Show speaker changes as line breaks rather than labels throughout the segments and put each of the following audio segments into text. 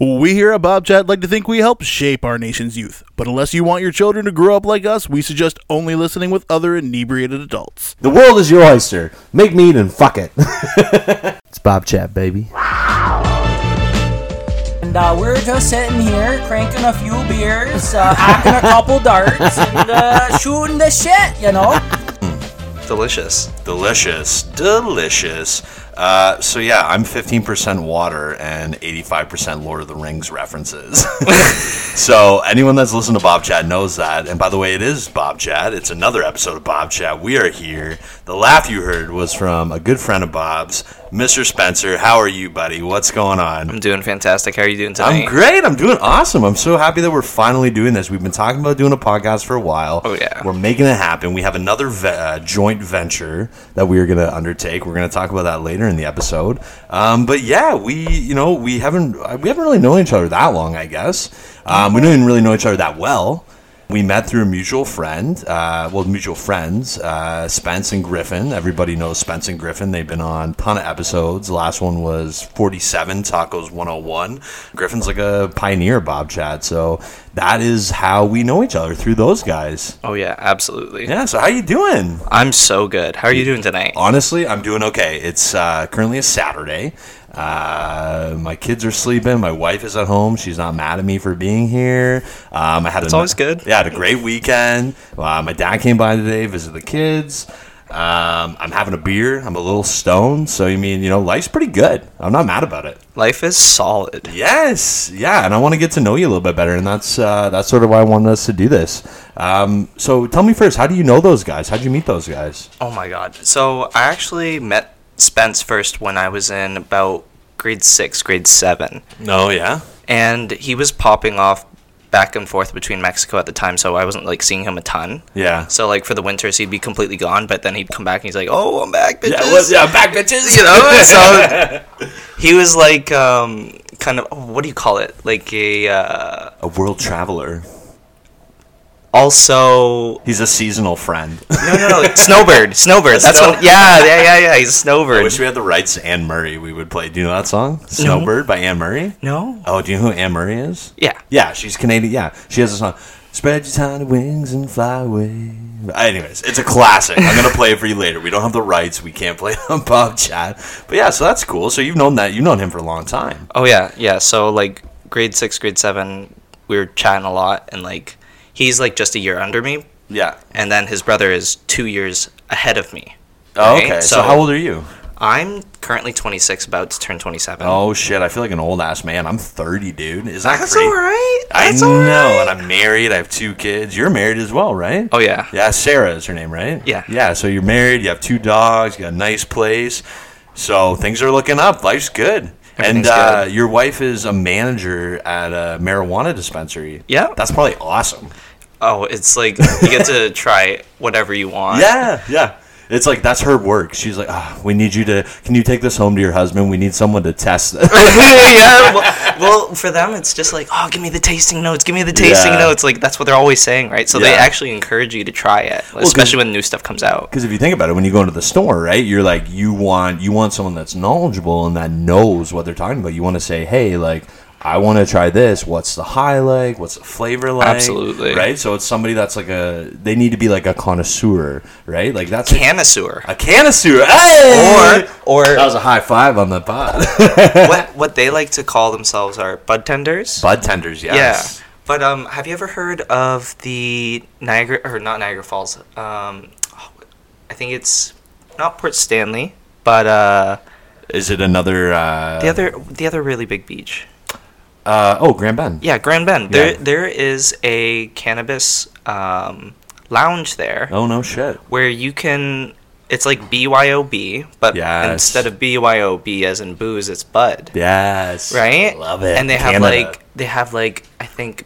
We here at Bob Chat like to think we help shape our nation's youth, but unless you want your children to grow up like us, we suggest only listening with other inebriated adults.
The world is your oyster. Make meat and fuck it.
It's Bob Chat, baby.
And uh, we're just sitting here cranking a few beers, uh, hacking a couple darts, and uh, shooting the shit, you know?
Delicious. Delicious. Delicious. Uh, so yeah, I'm 15% water and 85% Lord of the Rings references. so anyone that's listened to Bob Chat knows that. And by the way, it is Bob Chat. It's another episode of Bob Chat. We are here. The laugh you heard was from a good friend of Bob's, Mr. Spencer. How are you, buddy? What's going on?
I'm doing fantastic. How are you doing tonight?
I'm great. I'm doing awesome. I'm so happy that we're finally doing this. We've been talking about doing a podcast for a while.
Oh, yeah.
We're making it happen. We have another ve- uh, joint venture that we are going to undertake. We're going to talk about that later in the episode. Um, but yeah, we you know we haven't uh, we haven't really known each other that long. I guess um, we don't even really know each other that well. We met through a mutual friend, uh, well, mutual friends, uh, Spence and Griffin. Everybody knows Spence and Griffin. They've been on a ton of episodes. The last one was 47, Tacos 101. Griffin's like a pioneer, Bob Chad. So that is how we know each other, through those guys.
Oh yeah, absolutely.
Yeah, so how you doing?
I'm so good. How are you doing tonight?
Honestly, I'm doing okay. It's uh, currently a Saturday. Uh, my kids are sleeping. My wife is at home. She's not mad at me for being here. Um, I had
That's always good.
Yeah, I had a great weekend. Uh, my dad came by today, visited the kids. Um, I'm having a beer. I'm a little stoned. So, you mean, you know, life's pretty good. I'm not mad about it.
Life is solid.
Yes, yeah, and I want to get to know you a little bit better, and that's uh, that's sort of why I wanted us to do this. Um, so tell me first, how do you know those guys? How'd you meet those guys?
Oh my god. So I actually met Spence first when I was in about grade six, grade seven,
No, yeah,
and he was popping off back and forth between Mexico at the time, so I wasn't like seeing him a ton.
yeah.
So like for the winters he'd be completely gone, but then he'd come back and he's like, "Oh, I'm back, bitches."
what's up, back
bitches, you know. so he was like, um, kind of, what do you call it? Like a uh,
a world traveler.
also
He's a seasonal friend.
no, no, no, like snowbird, snowbird. That's
snow-
what. Yeah, yeah, yeah, yeah. He's a
I
snowbird.
wish we had the rights to Anne Murray. We would play. Do you know that song, Snowbird by Anne Murray?
no.
Oh, do you know who Anne Murray is?
Yeah.
Yeah, she's Canadian. Yeah, she has a song. Spread your tiny wings and fly away. Anyways, it's a classic. I'm gonna play it for you later. We don't have the rights. We can't play it on Bob Chat. But yeah, so that's cool. So you've known that. You've known him for a long time.
Oh yeah, yeah. So like grade six, grade seven, we were chatting a lot, and like he's like just a year under me,
Yeah.
and then his brother is two years ahead of me.
Oh,
right?
okay. So, how old are you?
I'm currently 26, about to turn 27.
Oh shit! I feel like an old ass man. I'm 30, dude. Is that
that's
crazy?
all right.
I
That's
know,
all right.
and I'm married. I have two kids. You're married as well, right?
Oh yeah.
Yeah, Sarah is her name, right?
Yeah.
Yeah, so you're married, you have two dogs, you got a nice place. So things are looking up. Life's good. And
Everything's
uh, your wife is a manager at a marijuana dispensary.
Yeah.
That's probably awesome.
Oh, it's like you get to try whatever you want.
Yeah, yeah. It's like that's her work. She's like, ah, we need you to. Can you take this home to your husband? We need someone to test this.
yeah. Well, well, for them, it's just like, oh, give me the tasting notes, give me the tasting
Yeah.
notes. Like that's what they're always saying, right? So they
Yeah.
actually encourage you to try it, especially when new stuff comes out.
Because if you think about it, when you go into the store, right, you're like you want you want someone that's knowledgeable and that knows what they're talking about. You want to say, hey, like I want to try this. What's the high like? What's the flavor like?
Absolutely.
right. So it's somebody that's like a they need to be like a connoisseur, right? Like that's
Canisseur.
a connoisseur. Hey!
Or
that was a high five on the pod.
what what they like to call themselves are bud tenders.
Bud tenders, yes.
Yeah. But um, have you ever heard of the Niagara or not Niagara Falls? Um, I think it's not Port Stanley, but uh,
Is it another? Uh,
the other the other really big beach.
Uh, oh, Grand Bend.
Yeah, Grand Bend. There
Yeah.
there is a cannabis um, lounge there
Oh no shit.
where you can. It's like BYOB, but
Yes.
instead of BYOB as in booze, it's bud.
Yes.
Right?
Love it.
And they have
Canada.
like they have like I think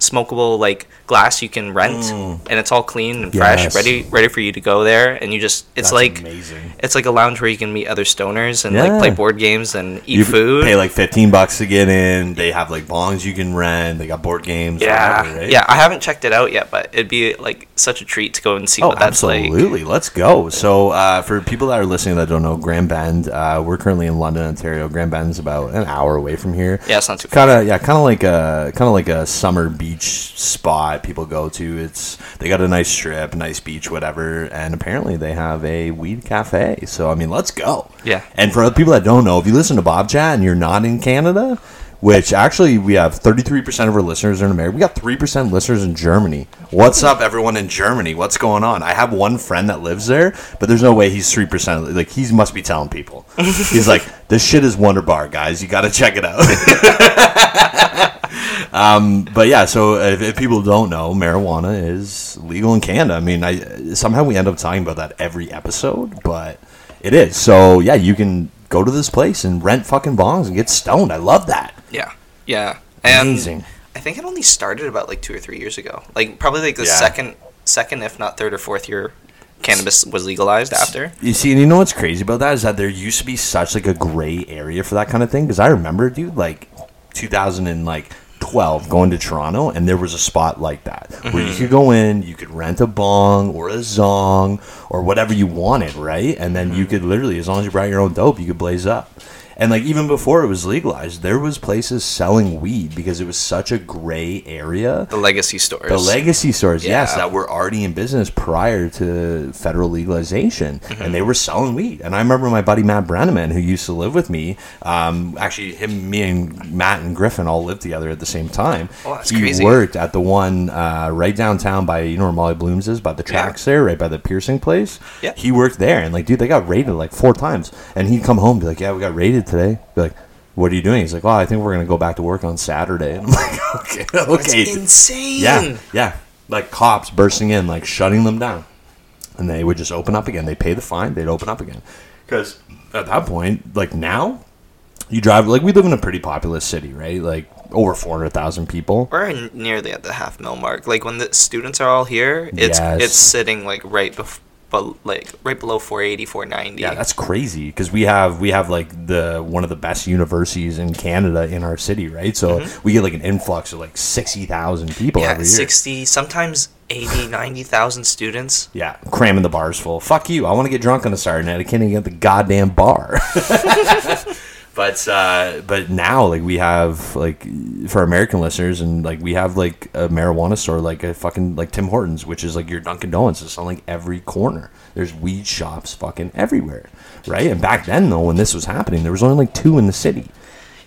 smokable like glass you can rent, and it's all clean and fresh,
Mm. Yes.
ready ready for you to go there. And you just it's
That's
like
amazing.
it's like a lounge where you can meet other stoners and
Yeah.
like play board games and eat
you
food.
pay like 15 bucks to get in. They have like bongs you can rent. They got board games.
yeah,
whatever, right?
yeah. I haven't checked it out yet, but it'd be like such a treat to go and see
Oh,
what that's like.
absolutely. Let's go. So, uh, for people that are listening that don't know, Grand Bend, uh, we're currently in London, Ontario. Grand Bend's about an hour away from here.
Yeah, it's not too
Kind of, yeah, kind of like a kind of like a summer beach spot people go to. It's they got a nice strip, nice beach, whatever, and apparently they have a weed cafe. So, I mean, let's go.
Yeah.
And for other people that don't know, if you listen to Bob Chat and you're not in Canada. Which actually, we have 33% of our listeners are in America. We got 3% listeners in Germany. What's up, everyone in Germany? What's going on? I have one friend that lives there, but there's no way he's 3%. Like, he must be telling people. He's like, this shit is Wonder Bar, guys. You got to check it out. But yeah, so if, if people don't know, marijuana is legal in Canada. I mean, I somehow we end up talking about that every episode, but it is. So yeah, you can go to this place and rent fucking bongs and get stoned. I love that.
Yeah, yeah. And
Amazing.
I think it only started about like two or three years ago. Like probably like the
Yeah.
second, second if not third or fourth year, cannabis was legalized after.
You see, and you know what's crazy about that is that there used to be such like a gray area for that kind of thing. Because I remember, dude, like 2000 and like 12 going to Toronto, and there was a spot like that where you could go in, you could rent a bong or a zong or whatever you wanted, right? And then you could literally, as long as you brought your own dope, you could blaze up. And like even before it was legalized, there was places selling weed because it was such a gray area.
The legacy stores.
The legacy stores, yes,
Yeah.
that were already in business prior to federal legalization,
Mm-hmm.
and they were selling weed. And I remember my buddy Matt Brenneman, who used to live with me. Um, actually, him, me, and Matt and Griffin all lived together at the same time.
Oh, that's
he
crazy.
worked at the one uh, right downtown by you know where Molly Blooms is, by the tracks there, right by the piercing place.
Yeah.
he worked there, and like, dude, they got raided like four times. And he'd come home, and be like, "Yeah, we got raided today." Be like. What are you doing? He's like, oh, I think we're gonna go back to work on Saturday. And I'm like, okay, okay,
Insane.
yeah, yeah. Like cops bursting in, like shutting them down, and they would just open up again. They pay the fine, they'd open up again. Because at that point, like now, you drive like we live in a pretty populous city, right? Like over four hundred thousand people.
We're n- nearly at the half mil mark. Like when the students are all here, it's
Yes.
it's sitting like right bef- but like right below 480, 490.
Yeah, that's crazy because we have we have like the one of the best universities in Canada in our city, right? So we get like an influx of like sixty thousand people
yeah,
every year.
60, sometimes 80, 90,000 students.
Yeah, cramming the bars full. Fuck you. I want to get drunk on a Saturday night. I can't even get the goddamn bar. but uh, but now like we have like for American listeners and like we have like a marijuana store like a fucking like Tim Hortons, which is like your Dunkin' Donuts. It's on like every corner. There's weed shops fucking everywhere, right? And back then though, when this was happening, there was only like two in the city.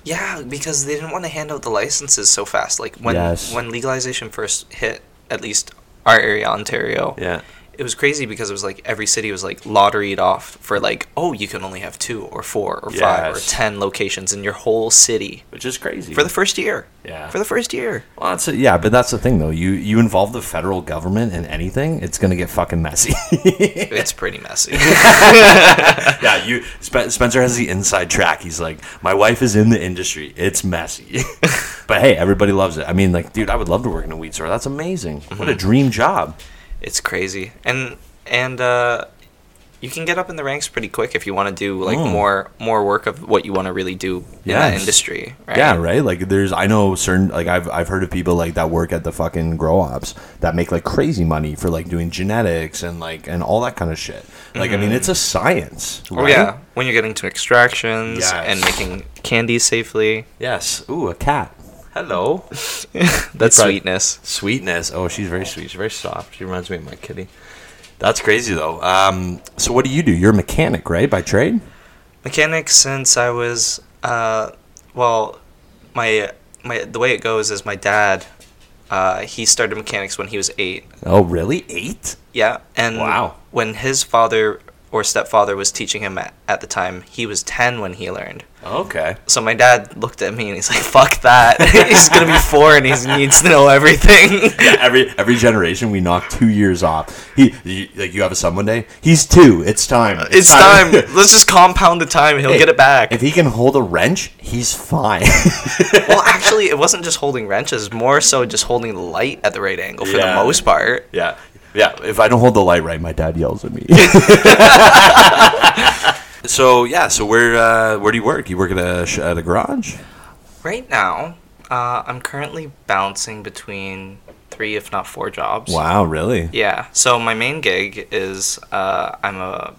Yeah, because they didn't want to hand out the licenses so fast. Like when
Yes.
when legalization first hit, at least our area, Ontario.
Yeah.
It was crazy because it was like every city was like lotteried off for like, oh, you can only have two or four or five or
Yes.
ten locations in your whole city
Which is crazy
for the first year.
Yeah.
For the first year.
Well, that's yeah, but that's the thing though. You you involve the federal government in anything, it's gonna get fucking messy.
It's pretty messy.
yeah, you. Spen- Spencer has the inside track. He's like, my wife is in the industry. It's messy, but hey, everybody loves it. I mean, like, dude, I would love to work in a weed store. That's amazing. What a
Mm-hmm.
dream job.
it's crazy. And and uh you can get up in the ranks pretty quick if you want to do like more more work of what you want to really do in that
Mm. Yes.
industry, right?
Yeah, right. Like, there's. I know certain. Like, I've I've heard of people like that work at the fucking grow ops that make like crazy money for like doing genetics and like and all that kind of shit. Like, I mean, it's a science.
Mm-hmm. Oh
right?
yeah, when you're getting to extractions
Yes.
and making candy safely.
Yes. Ooh, a cat. Hello.
That's
Right.
sweetness.
Sweetness. Oh, she's very sweet. She's very soft. She reminds me of my kitty. That's crazy though. Um, so what do you do? You're a mechanic, right? By trade?
Mechanics since I was uh well, my my the way it goes is my dad uh, he started mechanics when he was 8
Oh, really? Eight?
Yeah, and
Wow.
when his father or stepfather was teaching him at, at the time, he was 10 when he learned.
Okay.
So my dad looked at me and he's like, "Fuck that! he's gonna be four and he needs to know everything."
Every every generation we knock two years off. He you, like you have a son one day. He's two. Uh, It's time.
It's time. Let's just compound the time. He'll get it back.
If he can hold a wrench, he's fine.
well, actually, really, it wasn't just holding wrenches, more so just holding the light at the right angle for
Yeah.
the most part.
Yeah. Yeah. If I don't hold the light right, my dad yells at me. so yeah. So where uh, where do you work? You work at a sh- at a garage.
Right now, uh, I'm currently bouncing between three, if not four jobs.
Wow. Really?
Yeah. So my main gig is uh, I'm a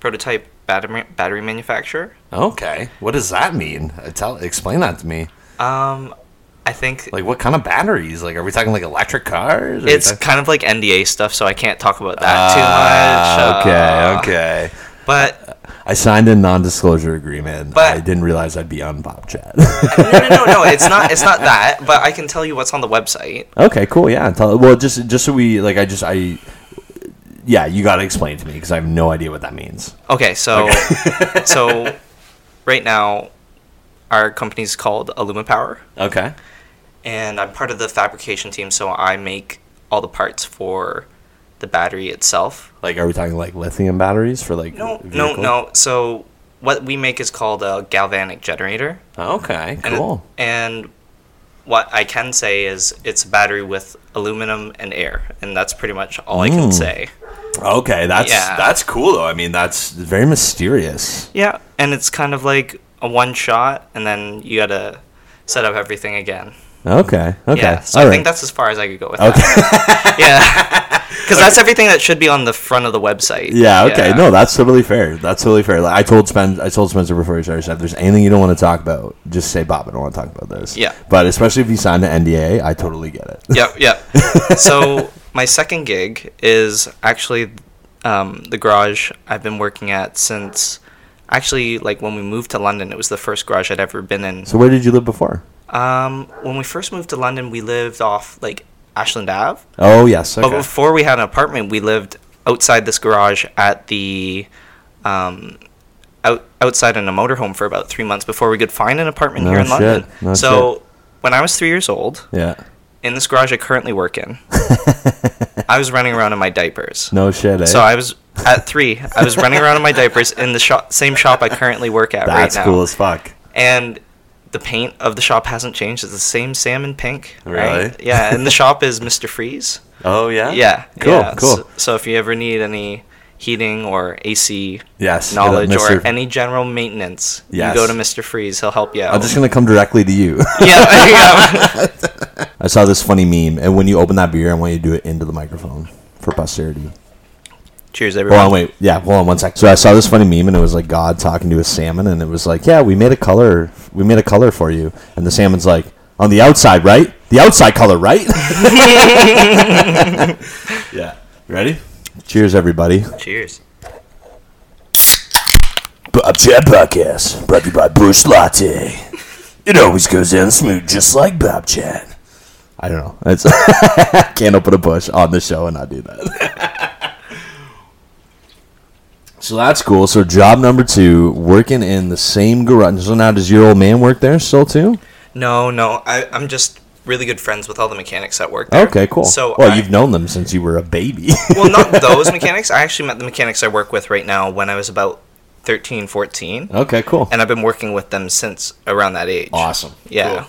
prototype battery battery manufacturer.
Okay. What does that mean? Uh, Tell explain that to me.
Um, I think
Like what kind of batteries? Like are we talking like electric cars? Are we
it's
talk-
kind of like NDA stuff, so I can't talk about that
Ah,
too much. uh,
okay. Okay.
But
I signed a non-disclosure agreement.
But-
I didn't realize I'd be on Bob Chat.
no, no, no, no. It's not. It's not that. But I can tell you what's on the website.
okay, cool. Yeah. Tell, well, just just so we like, I just I, yeah, you got to explain to me because I have no idea what that means.
Okay, so so right now our company's called Aluma Power,
Okay.
and I'm part of the fabrication team, so I make all the parts for the battery itself.
Like, are we talking like lithium batteries for like?
No, no,
vehicle?
no. So what we make is called a galvanic generator.
Okay,
And it-
cool.
and what I can say is it's a battery with aluminum and air, and that's pretty much all I
Mm.
can say.
Okay, that's
Yeah.
that's cool though. I mean, that's very mysterious.
Yeah, and it's kind of like a one shot, and then you gotta set up everything again.
Okay. Okay.
Yeah, so I
all
think
right.
that's as far as I could go with that. yeah, because that's everything that should be on the front of the website.
Yeah. Okay. No, that's totally fair. That's totally fair. Like, I told Spen, I told Spencer before he started. If there's anything you don't want to talk about, just say Bob. I don't want to talk about this.
Yeah.
But especially if you signed an NDA, I totally get it.
Yep, yep. so my second gig is actually um, the garage I've been working at since actually like when we moved to London. It was the first garage I'd ever been in.
So where did you live before?
Um, when we first moved to London, we lived off like Ashland Ave.
Oh yes.
But
Okay.
before we had an apartment, we lived outside this garage at the um, out, outside in a motorhome for about three months before we could find an apartment
No
here in
shit,
London.
no
so when I was three years old,
yeah.
in this garage I currently work in, I was running around in my diapers.
No shit. Eh?
So I was at three. I was running around in my diapers in the shop, same shop I currently work at
that's
right now.
cool as fuck.
And the paint of the shop hasn't changed. It's the same salmon pink.
Really?
Right? Yeah. And the shop is Mr. Freeze.
Oh yeah.
Yeah.
Cool,
yeah.
cool.
So, so if you ever need any heating or AC
Yes, hit up
knowledge or
Mr..
any general maintenance,
Yes.
you go to Mr. Freeze. He'll help you out.
I'm just gonna come directly to you.
yeah, yeah.
I saw this funny meme, and when you open that beer, I want you to do it into the microphone for posterity.
Cheers,
Hold
everyone.
on, wait. Yeah, hold on one sec. So I saw this funny meme, and it was like God talking to a salmon, and it was like, "Yeah, we made a color. We made a color for you." And the salmon's like, "On the outside, right? The outside color, right?" yeah. Ready? Cheers, everybody.
Cheers.
Bob Chat Podcast, brought to you by Bush Latte. It always goes down smooth, just like Bob Chat. I don't know. It's can't open a bush on the show and not do that. so that's cool. So job number two, working in the same garage. So now does your old man work there still too?
No, no. I, I'm just really good friends with all the mechanics at work. There.
Okay, cool.
So
well,
I-
you've known them since you were a baby.
well, not those mechanics. I actually met the mechanics I work with right now when I was about 13, 14.
okay, cool.
And I've been working with them since around that age.
Awesome.
Yeah.
Cool.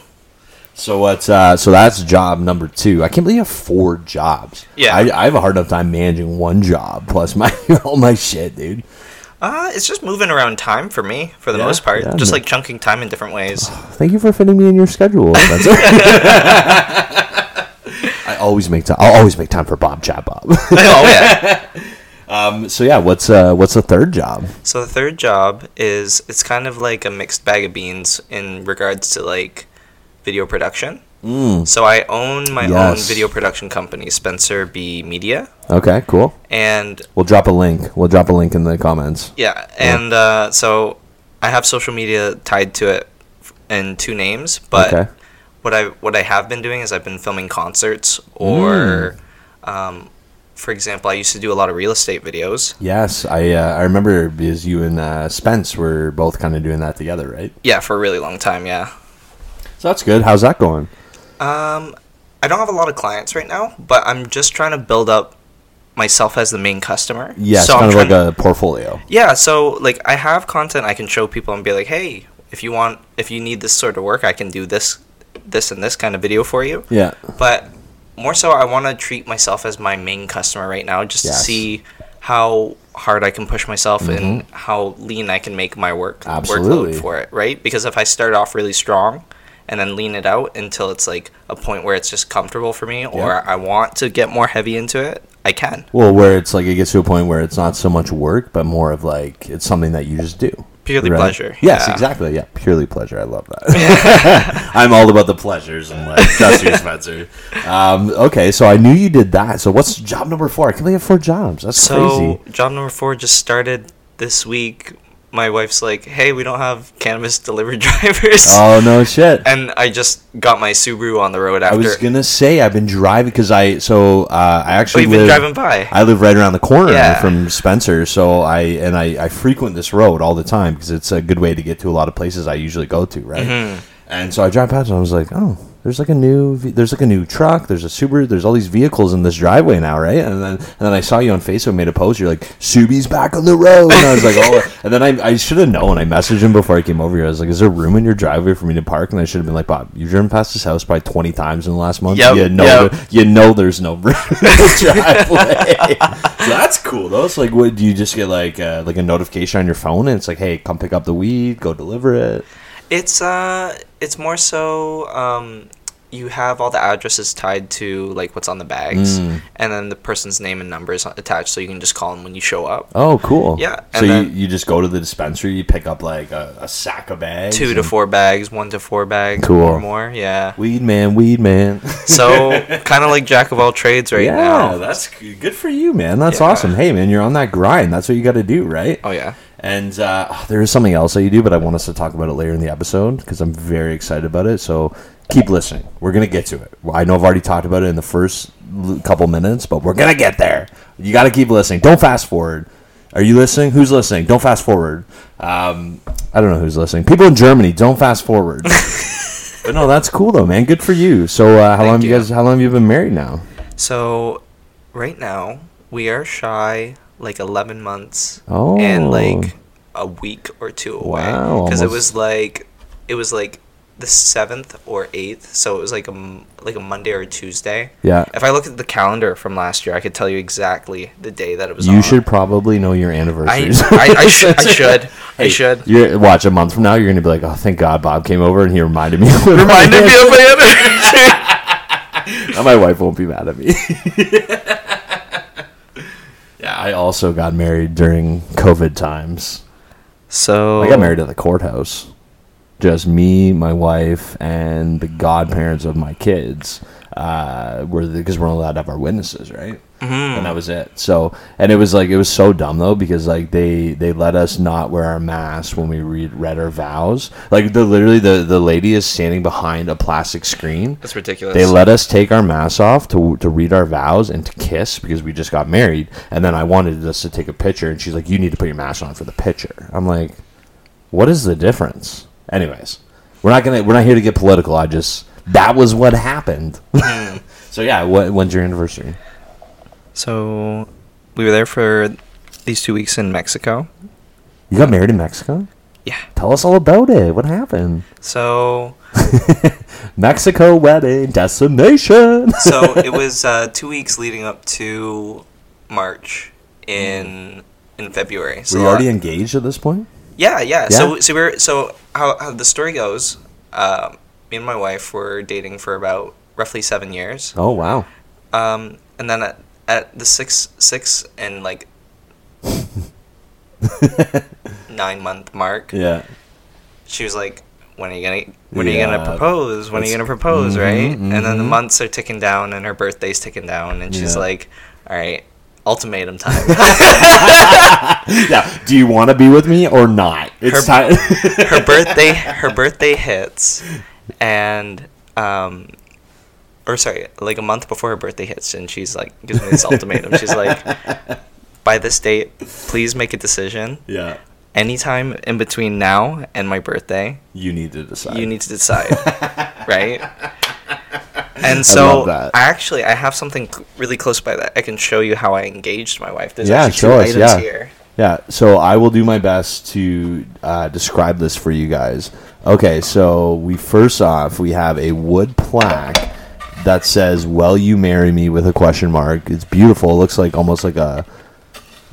So what's uh, so that's job number two. I can't believe you have four jobs.
Yeah.
I, I have a hard enough time managing one job plus my all my shit, dude.
Uh, it's just moving around time for me, for the
Yeah,
most part.
yeah,
just
no- Oh,
like chunking time in different ways.
Thank you for fitting me in your schedule. That's I always make time. I'll always make time for Bob Chat Bob.
oh, yeah.
so yeah, what's uh, what's the third job?
So the third job is it's kind of like a mixed bag of beans in regards to like video production. Mm. So I own my own
Yes.
video production company, Spencer B Media,
Okay, cool.
and
We'll drop a link. We'll drop a link in the comments.
yeah, and uh, so I have social media tied to it f- in two names, but
Okay.
what I what I have been doing is I've been filming concerts or, um, for example, I used to do a lot of real estate videos.
Yes, I uh, I remember because you and uh, Spence were both kind of doing that together, right?
Yeah, for a really long time. Yeah.
So that's good. How's that going?
I don't have a lot of clients right now, but I'm just trying to build up myself as the main customer.
Yeah, it's
so
kind
I'm
of like
trying
a portfolio.
yeah. So like I have content I can show people and be like, hey, if you want, if you need this sort of work, I can do this shoot this and this kind of video for you.
Yeah.
But more so, I want to treat myself as my main customer right now, just to
Yes.
see how hard I can push myself and
Mm-hmm.
how lean I can make my work
Absolutely.
workload for it. Right? Because if I start off really strong and then lean it out until it's like a point where it's just comfortable for me, or I want to get more heavy into it, I can.
Well, where it's like it gets to a point where it's not so much work, but more of like it's something that you just do.
Purely
right?
pleasure.
Yes,
Yeah.
exactly. Yeah, purely pleasure. I love that. I'm all about the pleasures and like Dusty Spencer. Um, okay, so I knew you did that. So what's job number four? I can't believe you have four jobs. That's
So
crazy.
job number four just started this week. My wife's like, "Hey, we don't have cannabis delivery drivers,"
Oh no shit.
and I just got my Subaru on the road
I
after.
was gonna say I've been driving because I so uh, I
Oh,
actually
you've been
live-
driving by.
I live right around the corner
Yeah.
from Spencer, so I and I, I frequent this road all the time because it's a good way to get to a lot of places I usually go to, right?
Mm-hmm.
And so I drive past and I was like, oh, there's like a new ve- there's like a new truck, there's a Subaru, there's all these vehicles in this driveway now, right? And then and then I saw you on Facebook, made a post, you're like, Subi's back on the road, and I was like, oh, and then I, I should have known. I messaged him before I came over here. I was like, is there room in your driveway for me to park? And I should have been like, Bob, you've driven past this house probably 20 times in the last month.
Yep,
you know,
yep.
there- you know, there's no room in the driveway. so that's cool though. It's like, what do you just get like uh, like a notification on your phone, and it's like, hey, come pick up the weed, go deliver it.
It's uh, it's more so um, you have all the addresses tied to like what's on the bags,
Mm.
and then the person's name and number is attached, so you can just call them when you show up.
Oh, cool.
Yeah,
So
and
you,
then-
you just go to the dispensary, you pick up like a, a sack of bags.
Two to
and-
four bags, one to four bags,
Cool.
or more. Yeah.
Weed man, weed man.
So kind of like jack of all trades right
yeah,
now.
that's g- good for you, man. That's
Yeah.
awesome. Hey, man, you're on that grind. That's what you got to do, right?
Oh yeah.
And uh, there is something else that you do, but I want us to talk about it later in the episode because I'm very excited about it. So keep listening. We're going to get to it. I know I've already talked about it in the first l- couple minutes, but we're going to get there. You got to keep listening. Don't fast forward. Are you listening? Who's listening? Don't fast forward. Um, I don't know who's listening. People in Germany, don't fast forward. but no, that's cool though, man. Good for you. So uh, how long have you
you.
guys? How long have you been married now?
So, right now we are shy like eleven months
Oh.
and like a week or two away
Wow,
because it
almost.
was like it was like the seventh or eighth, so it was like a m- like a Monday or a Tuesday.
Yeah.
If I look at the calendar from last year, I could tell you exactly the day that it was.
You
on.
should probably know your
Uh, I
anniversaries.
I, I, should I should I
Hey,
should.
You're, watch a month from now, you're gonna be like, "Oh, thank God, Bob came over and he reminded me."
Reminded me of my anniversary.
Now my wife won't be mad at me. yeah, I also got married during COVID times.
So
I got married at the courthouse. Just me, my wife, and the godparents of my kids. Uh, were because we're only allowed to have our witnesses, right?
Mm-hmm.
And that was it. So, and it was like it was so dumb though because like they they let us not wear our masks when we read read our vows. Like the literally the the lady is standing behind a plastic screen.
That's ridiculous.
They let us take our masks off to, to read our vows and to kiss because we just got married. And then I wanted us to take a picture, and she's like, "You need to put your mask on for the picture." I'm like, "What is the difference?" Anyways, we're not gonna we're not here to get political. I just that was what happened.
Hmm.
so yeah, what, when's your anniversary?
So we were there for these two weeks in Mexico.
You got married in Mexico.
Yeah.
Tell us all about it. What happened?
So
Mexico wedding destination.
so it was uh, two weeks leading up to March in in February. So uh,
Were you already engaged at this point?
yeah, yeah. So
Yeah?
so we're so how, how the story goes. Um, me and my wife were dating for about roughly seven years.
Oh wow.
Um, and then at, at the six six and like nine month mark,
Yeah.
she was like, "When are you gonna? When are you
Yeah,
gonna propose? When are you
that's-
gonna
Mm-hmm,
propose?" right? And then the months are ticking down, and her birthday's ticking down, and she's
Yeah.
like, "All right, ultimatum time."
Yeah. Do you want to be with me or not? It's
Her-
time.
her birthday, her birthday hits, and um, or sorry, like a month before her birthday hits, and she's like, gives me this ultimatum. She's like, "By this date, please make a decision.
yeah.
Anytime in between now and my birthday,
You need to decide.
you need to decide right and so
love that.
I actually i have something cl- really close by that i can show you how i engaged my wife there's
yeah,
actually
show
two items
us. Yeah.
here
Yeah. So I will do my best to uh, describe this for you guys. Okay, so we first off we have a wood plaque that says "Will you marry me?" with a question mark. It's beautiful. It looks like almost like a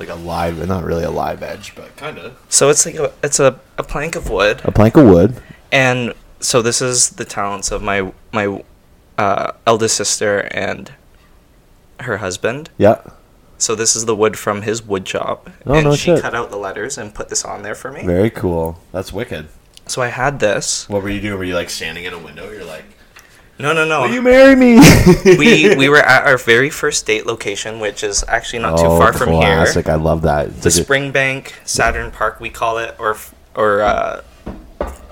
like a live, not really a live edge, but
Kind of.
So it's like a, it's a, a plank of wood,
a plank of wood.
and so this is the talents of my my uh, eldest sister and her husband.
Yeah.
So this is the wood from his wood job,
Oh,
and
no
she
shit.
cut out the letters and put this on there for me.
Very cool. That's wicked.
So I had this.
What were you doing? Were you like standing in a window? You're like,
No, no, no.
Will you marry me?
we we were at our very first date location, which is actually not too far from here.
Oh, classic. I love that. It's
The
like a-
Springbank Saturn Park, we call it, or f- or uh,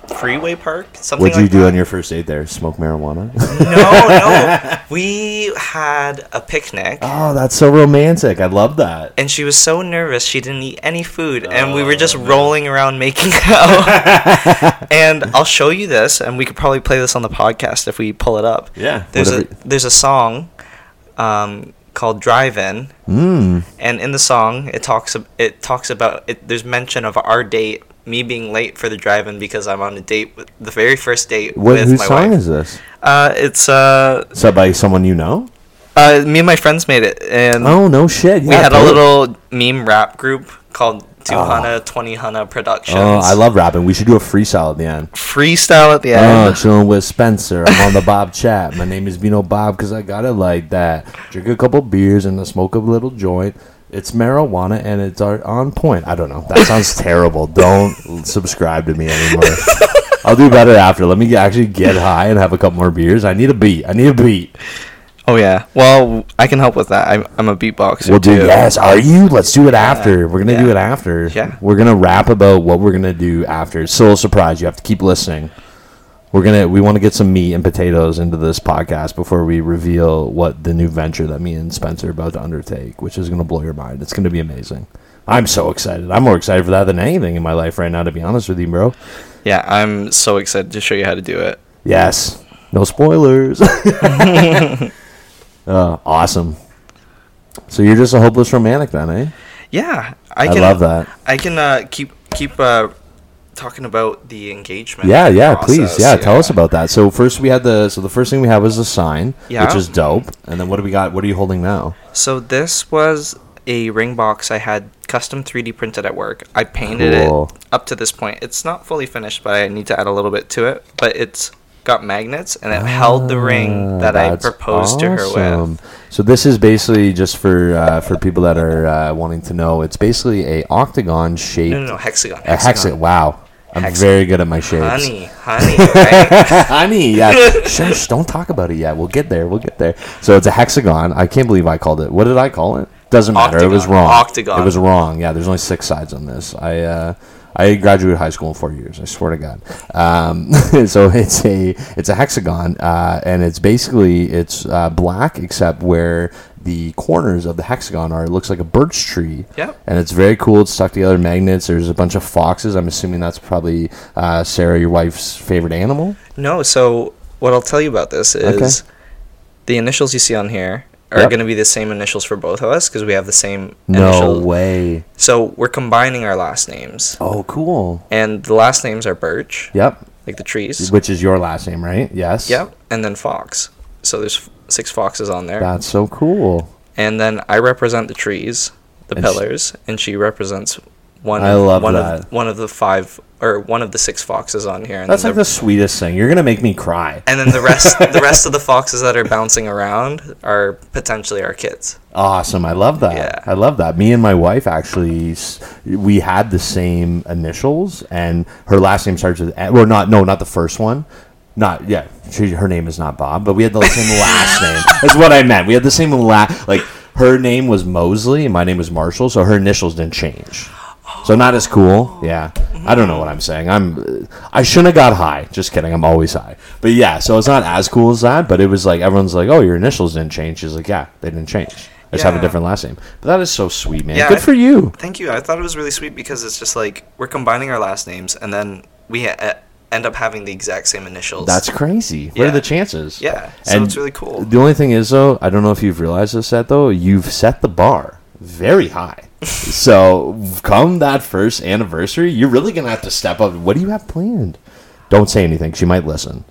Freeway Park, something
What'd
like
you do
that.
on your first date there? Smoke marijuana?
no, no. We had a picnic,
oh, that's so romantic. I love that.
and she was so nervous she didn't eat any food, and we were just
Oh,
rolling around making out. and I'll show you this, and we could probably play this on the podcast if we pull it up.
Yeah,
there's
whatever-
a there's a song um, called "Drive In,"
Hmm.
and in the song it talks ab- it talks about it, there's mention of our date. Me being late for the drive-in because I'm on a date with the very first date
What,
with
whose
my
song
wife.
is this?
Uh, it's uh,
Is that by someone you know?
uh, me and my friends made it, and
Oh no, shit.
we
yeah,
had a
totally.
little meme rap group called Two Hana Twenty Hana Productions.
Oh, I love rapping. We should do a freestyle at the end.
freestyle at the
Oh,
end.
chilling with Spencer. I'm on the Bob chat. My name is Vino Bob because I got it like that. Drink a couple beers and I smoke a little joint. It's marijuana and it's art on point. I don't know. That sounds terrible. Don't subscribe to me anymore. I'll do better after. Let me actually get high and have a couple more beers. I need a beat. I need a beat.
Oh, yeah. Well, I can help with that. I'm, I'm a beatboxer
We'll do
too.
yes. Are you? Let's do it after. We're gonna do it after.
Yeah.
We're gonna rap about what we're gonna do after. It's still a surprise. You have to keep listening. We're gonna we want to get some meat and potatoes into this podcast before we reveal what the new venture that me and Spencer are about to undertake, which is gonna blow your mind. It's gonna be amazing. I'm so excited. I'm more excited for that than anything in my life right now, to be honest with you, bro.
Yeah, I'm so excited to show you how to do it.
Yes. No spoilers. uh, awesome. So you're just a hopeless romantic then, eh?
Yeah, I
I
can.
love that.
I can uh, keep keep uh, talking about the engagement.
Yeah, yeah,
process,
please. Yeah, tell us about that. So first we had the so the first thing we had was the sign,
Yeah.
which is dope. And then what do we got? What are you holding now?
So this was a ring box I had custom 3D printed at work. I painted
Cool.
it up to this point. It's not fully finished, but I need to add a little bit to it. But it's got magnets and it held the ring that I
Uh, Ah, That's
proposed to her with.
awesome. So this is basically just for uh, for people that are uh, wanting to know. It's basically a octagon shaped
No, no, no, hexagon.
a hexagon. Wow, I'm
Hexagon.
very good at my shapes.
Honey, honey, right?
honey, yeah. Shush, don't talk about it yet. We'll get there. We'll get there. So it's a hexagon. I can't believe I called it. What did I call it? Doesn't matter. It was
Octagon.
wrong.
Octagon.
It was wrong. Yeah, there's only six sides on this. I uh, I graduated high school in four years. I swear to God. Um, so it's a it's a hexagon, uh, and it's basically it's uh, black except where the corners of the hexagon are. It looks like a birch tree.
Yep.
And it's very cool. It's stuck together magnets. There's a bunch of foxes. I'm assuming that's probably uh, Sarah, your wife's favorite animal.
no, so what I'll tell you about this is the initials you see on here are
Yep.
going to be the same initials for both of us because we have the same
No
initial-
way.
So we're combining our last names.
Oh, cool.
And the last names are Birch,
Yep.
like the trees.
Which is your last name, right? Yes.
Yep. And then Fox. So there's f- six foxes on there.
That's so cool.
And then I represent the trees, the
And she-
pillars, and she represents one
I
of,
love
one
that.
of one of the five or one of the six foxes on here. And
That's
then
like the sweetest thing. You're gonna make me cry.
and then the rest the rest of the foxes that are bouncing around are potentially our kids.
Awesome. I love that.
Yeah.
I love that. Me and my wife actually, s- we had the same initials, and her last name starts with N- or not. No, not the first one. Not yeah. She, her name is not Bob, but we had the same last name. That's what I meant. We had the same last like. Her name was Mosley, and my name was Marshall, so her initials didn't change. So not as cool. Yeah. I don't know what I'm saying. I'm I shouldn't have got high. Just kidding. I'm always high. But yeah, so it's not as cool as that, but it was like everyone's like, "Oh, your initials didn't change." She's like, "Yeah, they didn't change. I just have a
Yeah.
different last name." But that is so sweet, man.
Yeah,
Good
I-
for you.
Thank you. I thought it was really sweet because it's just like we're combining our last names and then we ha- end up having the exact same initials.
That's crazy. What are
Yeah.
the chances?
Yeah, so it's really cool.
The only thing is, though, I don't know if you've realized this yet, though, you've set the bar very high. so, come that first anniversary, you're really going to have to step up. What do you have planned? Don't say anything. She might listen.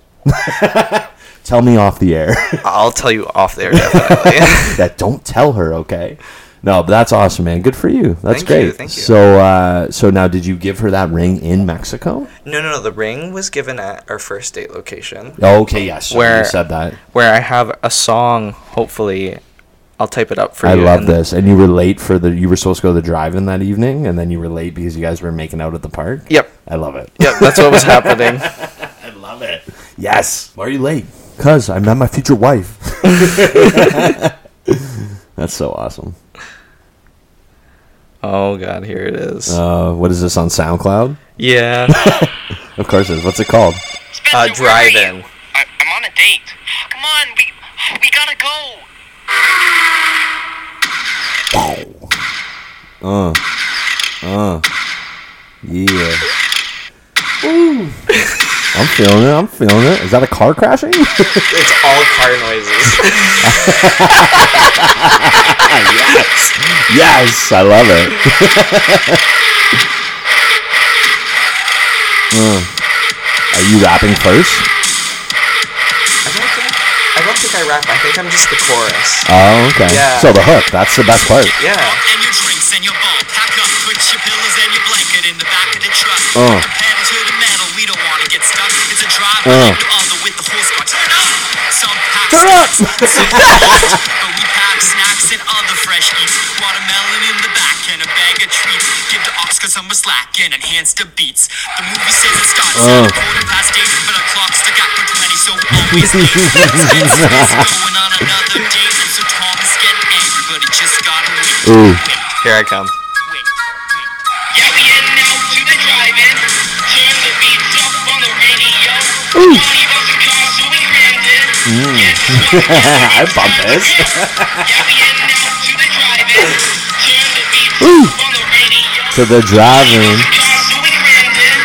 Tell me off the air.
I'll tell you off there definitely.
that don't tell her, okay? No, but that's awesome, man. Good for you. That's
Thank
great.
you, thank you.
So, uh, so now, did you give her that ring in Mexico?
no, no, no. The ring was given at our first date location.
Oh, okay, yes.
Where-
you said that?
where I have a song. Hopefully, I'll type it up for
I
you.
love
and-
this. And you were late for the. You were supposed to go to the drive-in that evening, and then you were late because you guys were making out at the park.
Yep,
I love it.
yep. That's what was happening.
I love it. Yes. Why are you late? Cause I met my future wife. That's so awesome.
Oh God, here it is.
Uh, what is this on SoundCloud?
yeah,
Of course, it is. What's it called?
uh,
Spencer, where are you?
drive-in.
I, I'm on a date. Come on, we we gotta go.
Yeah. I'm feeling it. I'm feeling it. Is that a car crashing?
It's all car noises.
yes, I love it. Uh, Are you rapping first?
I don't think I don't think I rap. I think I'm just the chorus.
Oh, okay.
Yeah.
So the hook. That's the best part.
Yeah.
And your drinks and your ball. Pack up, put your pillows and your blanket in the back of the truck.
Uh.
Pedal to the metal, we don't wanna get stuck. It's a drive
Uh.
to all the with the horse car. Turn up! Some pack
Turn up!
snacks, some pack- but we pack snacks and other fresh eats. Watermelon in the back and a bag of treats. Give the ox cause I'm a slack and enhance the beats. The movie says it starts
Oh.
at a quarter past eight, but our clock's stuck out for 20, so always late. Spence is going on another date, so Tom is getting angry, but he just gotta wait.
Ooh.
Here I come.
Yeah, we heading out to the drive-in. Turn the beats up on the radio. Johnny Ross and Carl, so we crammed
Mm.
in. Yes,
I bump this.
yeah, we heading out to
So
the drive-in. Turn the beats up on the radio.
they're driving.
Carl, so we crammed in.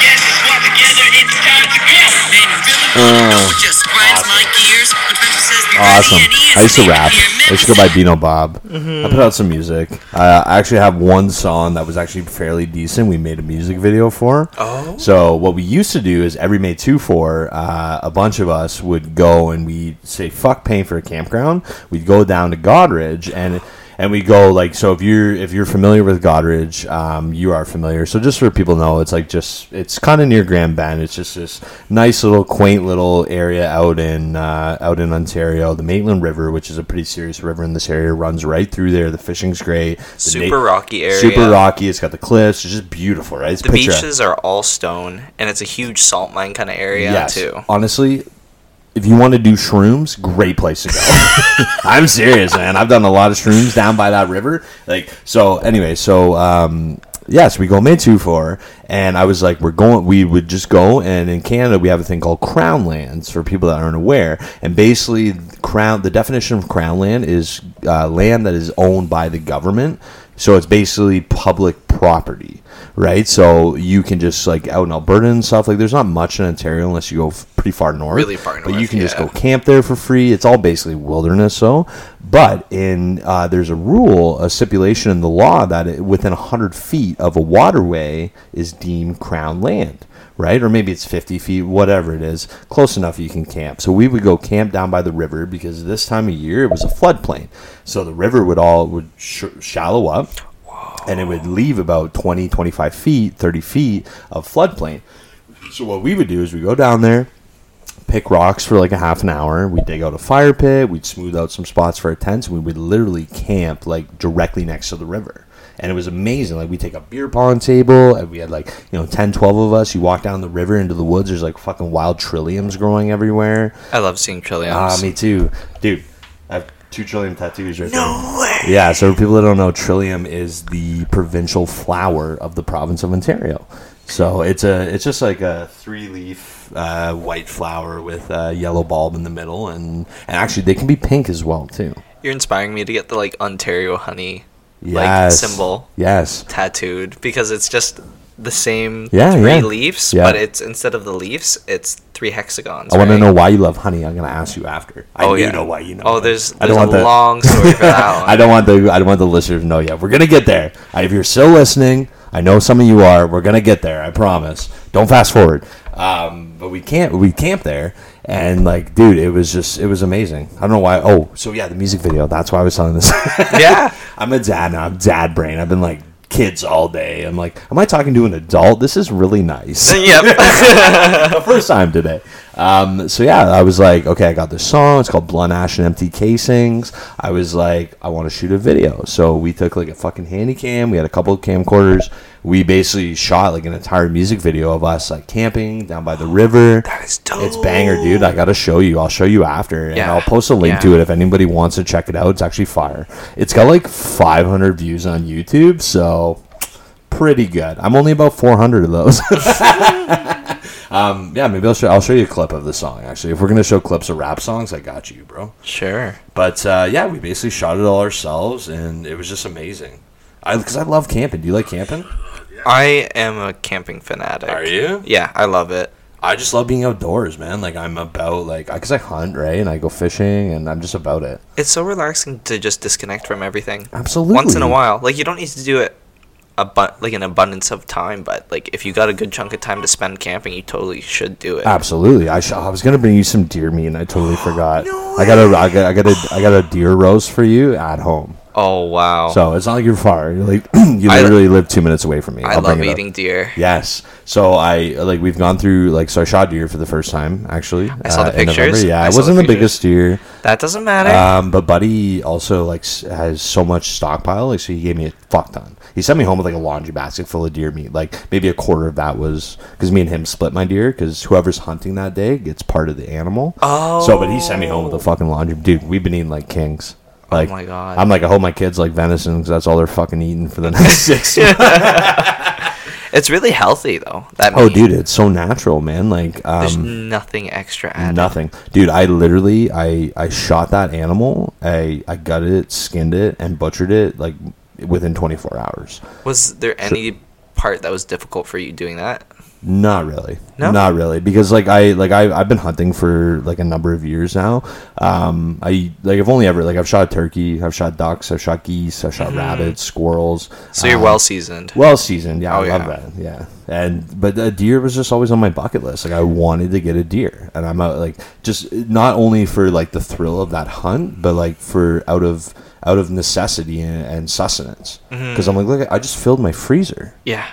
Yes, it's all together, it's time to go. Man, you really wanna know what just grinds my gears? But Spencer says we ready
Awesome.
and he is
I used to
leaving
rap.
here
I used to go by Dino Bob. I put out some music. Uh, I actually have one song that was actually fairly decent. We made a music video for. Oh. So what we used to do is every May two four, uh, a bunch of us would go and we say fuck paying for a campground. We'd go down to Godridge and. And we go like so. If you're if you're familiar with Godridge, um, you are familiar. So just for people to know, it's like just it's kind of near Grand Bend. It's just this nice little quaint little area out in uh, out in Ontario. The Maitland River, which is a pretty serious river in this area, runs right through there. The fishing's great. The
Super rocky area.
Super rocky. It's got the cliffs. It's just beautiful, right? It's
The
picture-
beaches are all stone, and it's a huge salt mine kind of area too.
Honestly, if you want to do shrooms, great place to go. I'm serious, man. I've done a lot of shrooms down by that river. Like so. Anyway, so um, yes, we go May two four, and I was like, we're going. We would just go, and in Canada we have a thing called crown lands for people that aren't aware. And basically, crown. The definition of crown land is uh, land that is owned by the government. So it's basically public property, right? So you can just like out in Alberta and stuff. Like there's not much in Ontario unless you go f- pretty far north.
Really far
But you
north,
can just
yeah.
go camp there for free. It's all basically wilderness. So, but in uh, there's a rule, a stipulation in the law that it, within hundred feet of a waterway is deemed crown land. Right, or maybe it's 50 feet, whatever it is, close enough you can camp. So we would go camp down by the river because this time of year it was a floodplain, so the river would all would sh- shallow up, and it would leave about 20 25 feet 30 feet of floodplain so what we would do is we go down there pick rocks for like a half an hour we'd dig out a fire pit we'd smooth out some spots for our tents and we would literally camp like directly next to the river and it was amazing like we take a beer pong table and we had like you know 10 12 of us you walk down the river into the woods there's like fucking wild trilliums growing everywhere
I love seeing
Ah,
trilliums.
me too, dude. I have two trillium tattoos right no way. Yeah, so for people that don't know, trillium is the provincial flower of the province of Ontario. So it's a, it's just like a three-leaf uh, white flower with a yellow bulb in the middle, and, and actually they can be pink as well too.
You're inspiring me to get the like Ontario honey like
Yes.
symbol
Yes.
tattooed because it's just the same
Yeah,
three
yeah.
leaves,
Yeah.
but it's instead of the leaves, it's three hexagons.
I want to
right?
know why you love honey. I'm gonna ask you after. I
Oh,
do
yeah.
know why you know.
Oh,
it.
there's,
I
there's a
don't want the-
long story for that one.
I don't want the I don't want the listeners to know yet. We're gonna get there. I- If you're still listening, I know some of you are. We're gonna get there. I promise. Don't fast forward. Um, but we can't. We camped there, and like, dude, it was just it was amazing. I don't know why. Oh, so yeah, the music video. That's why I was telling this.
Yeah.
I'm a dad now. I'm dad brain. I've been like kids all day. I'm like, am I talking to an adult? This is really nice.
yep.
the first time today. Um, so yeah, I was like, okay, I got this song. It's called Blunt Ash and Empty Casings. I was like, I want to shoot a video. So we took like a fucking handy cam. We had a couple of camcorders. We basically shot like an entire music video of us like camping down by the river. That is dope. It's banger, dude. I gotta show you. I'll show you after, and
Yeah.
I'll post a link
Yeah.
to it if anybody wants to check it out. It's actually fire. It's got like 500 views on YouTube, so pretty good. I'm only about 400 of those. Um, yeah, maybe I'll show I'll show you a clip of the song actually. If we're gonna show clips of rap songs, I got you, bro.
Sure.
But uh, yeah, we basically shot it all ourselves, and it was just amazing. I because I love camping. Do you like camping?
I am a camping fanatic.
Are you?
Yeah, I love it.
I just love being outdoors, man. Like I'm about like because I hunt right, and I go fishing, and I'm just about it.
It's so relaxing to just disconnect from everything.
Absolutely.
Once in a while, like you don't need to do it abu- like an abundance of time, but like if you got a good chunk of time to spend camping, you totally should do it.
Absolutely. I, sh- I was gonna bring you some deer meat, and I totally forgot. I got a I got I got a I got a deer roast for you at home.
oh wow.
So it's not like you're far. You're like you literally live two minutes away from me.
I
I'll bring
love
it up.
eating deer.
Yes. So I like we've gone through like so I shot deer for the first time actually. I
saw the pictures.
Yeah,
I
it
saw the
wasn't the,
pictures.
biggest deer.
That doesn't matter.
Um, but Buddy also like s- has so much stockpile. Like so he gave me a fuck ton. He sent me home with like a laundry basket full of deer meat. Like maybe a quarter of that was because me and him split my deer because whoever's hunting that day gets part of the animal. Oh. So but he sent me home with a fucking laundry. Dude, we've been eating like kings. Like,
Oh my God.
I'm like I hope my kids like venison because that's all they're fucking eating for the next six months.
it's really healthy though. That
Oh,
meat.
dude, it's so natural, man. Like
There's
um,
nothing extra added.
nothing, dude. I literally, I, I shot that animal. I, I gutted it, skinned it, and butchered it like within 24 hours.
Was there any part that was difficult for you doing that?
Not really.
No?
Not really. Because like I like I I've been hunting for like a number of years now. Um I like I've only ever like I've shot turkey, I've shot ducks, I've shot geese, I've shot rabbits, squirrels.
Mm-hmm. So you're
um,
well seasoned.
well seasoned. Yeah,
Oh,
I love
yeah.
that. Yeah, and but a deer was just always on my bucket list. Like I wanted to get a deer, and I'm out like just not only for like the thrill of that hunt, but like for out of out of necessity and, and sustenance.
Mm-hmm.
Because I'm like, look, I just filled my freezer.
Yeah.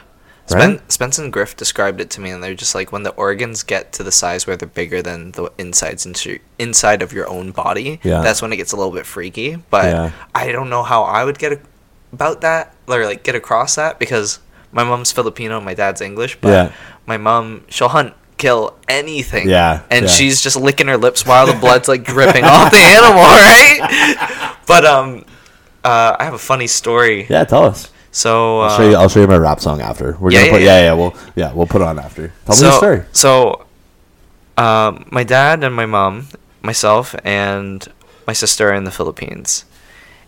Right?
Spen- Spence and Griff described it to me, and they're just like when the organs get to the size where they're bigger than the insides into inside of your own body.
Yeah.
That's when it gets a little bit freaky. But
Yeah.
I don't know how I would get a- about that or like get across that because my mom's Filipino, my dad's English, but
Yeah.
my mom she'll hunt, kill anything.
Yeah,
And
yeah.
she's just licking her lips while the blood's like dripping off the animal, right? but um, uh, I have a funny story.
Yeah, tell us.
So uh,
I'll show you. I'll show you my rap song after. We're
yeah,
gonna
yeah,
put.
yeah.
Yeah, yeah, We'll yeah, we'll put it on after. Tell me the story.
So, um, my dad and my mom, myself, and my sister are in the Philippines.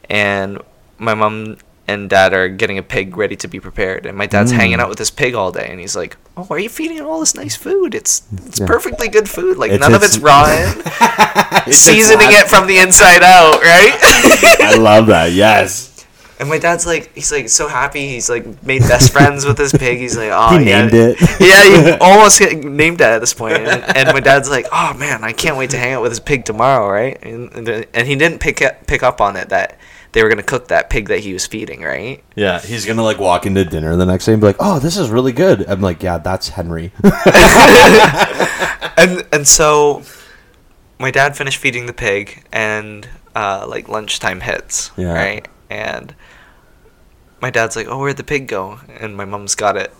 And my mom and dad are getting a pig ready to be prepared. And my
Mm.
dad's hanging out with this pig all day. And he's like, Oh, why are you feeding it all this nice food? It's, it's perfectly good food. Like,
It's-
none of
it's-
it's raw. seasoning it from the inside out, right?
I love that. Yes,
And my dad's like, he's like so happy. He's like made best friends with his pig. He's like, oh,
he
yeah."
named it.
yeah, you almost get named that at this point. And, and my dad's like, "Oh man, I can't wait to hang out with his pig tomorrow, right?" And and, the- and he didn't pick up, pick up on it that they were gonna cook that pig that he was feeding, right?
Yeah, he's gonna like walk into dinner the next day and be like, "Oh, this is really good." I'm like, "Yeah, that's Henry."
And and so my dad finished feeding the pig, and uh, like lunchtime hits,
Yeah.
right? And my dad's like, "Oh, where'd the pig go?" And my mom's got it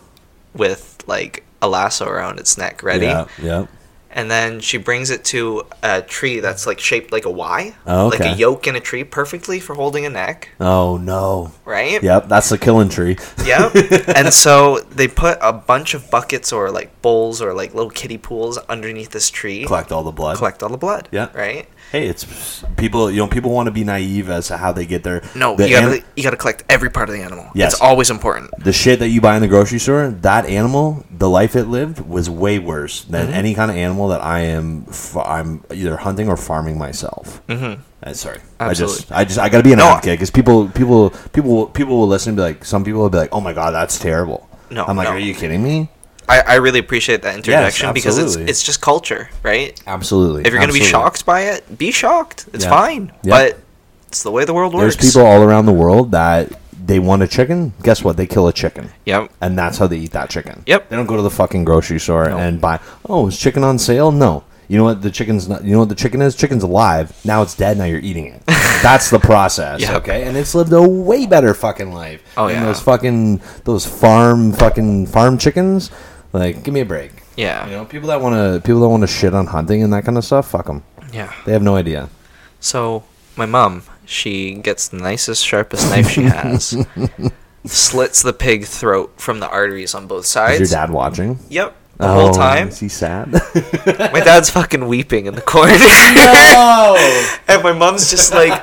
with like a lasso around its neck, ready.
yeah, yeah.
and then she brings it to a tree that's like shaped like a Y,
Oh, okay.
like a yoke in a tree, perfectly for holding a neck,
Oh no.
right?
Yep, that's the killing tree.
Yep. and so they put a bunch of buckets or like bowls or like little kiddie pools underneath this tree,
Collect all the blood.
collect all the blood.
Yeah.
Right.
Hey, it's people. You know, people want to be naive as to how they get their
No,
The,
you gotta
an-
you gotta collect every part of the animal.
Yes.
It's always important.
the shit that you buy in the grocery store. That animal, the life it lived, was way worse than
Mm-hmm.
any kind of animal that I am. f- I'm either hunting or farming myself. Mm-hmm. sorry,
Absolutely.
I just, I just, I gotta be an
No,
advocate because people, people, people, people will listen and be like, some people will be like, "Oh my god, that's terrible."
No,
I'm like,
no.
"Are you kidding me?"
I, I really appreciate that interjection because it's
absolutely.
it's just culture, right?
Absolutely.
If you're going to be
absolutely.
shocked by it, be shocked. It's
Yeah.
fine.
Yeah.
But it's the way the world
there's
works.
people all around the world that they want a chicken. Guess what? They kill a chicken.
Yep.
And that's how they eat that chicken.
Yep.
They don't go to the fucking grocery store and buy. Oh, is chicken on sale? No. You know what the chicken's not. You know what the chicken is? Chicken's alive. Now it's dead. Now you're eating it. That's the process.
Yeah.
Okay. And it's lived a way better fucking life.
Oh,
And
yeah.
those fucking those farm fucking farm chickens. Like, give me a break.
Yeah.
You know, people that want to people that want to shit on hunting and that kind of stuff. Fuck them.
Yeah.
They have no idea.
So my mom, she gets the nicest, sharpest knife she has, slits the pig throat from the arteries on both
Is
sides.
your dad Oh. watching?
Yep. The whole time,
Is he sad?
my dad's fucking weeping in the corner, and my mom's just like,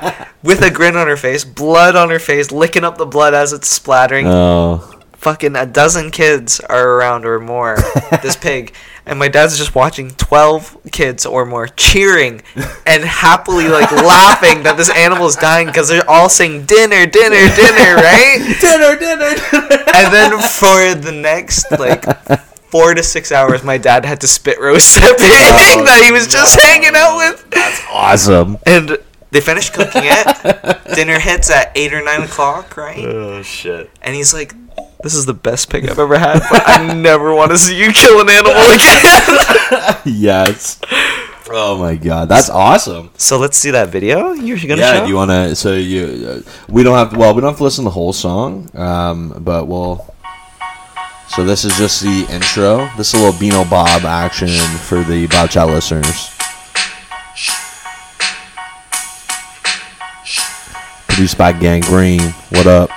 with a grin on her face, blood on her face, licking up the blood as it's splattering.
oh.
Fucking a dozen kids are around or more. this pig, and my dad's just watching twelve kids or more cheering and happily like laughing that this animal is dying because they're all saying dinner, dinner, dinner, right?
Dinner, dinner, dinner.
and then for the next like four to six hours, my dad had to spit roast the pig
Oh,
that he was just hanging out with.
Awesome.
And they finished cooking it. Dinner hits at eight or nine o'clock, right? Oh shit! And he's like, "This is the best pig I've ever had. But I never want to see you kill an animal again."
Yes. Oh my god, that's awesome.
so let's see that video. You're gonna
Yeah,
show?
do you want to? So you, uh, we don't have. Well, we don't have to listen to the whole song, um, but we'll. So this is just the intro. This is a little Beano Bob action for the Bob Chat listeners. Produced by Gang Green. What up?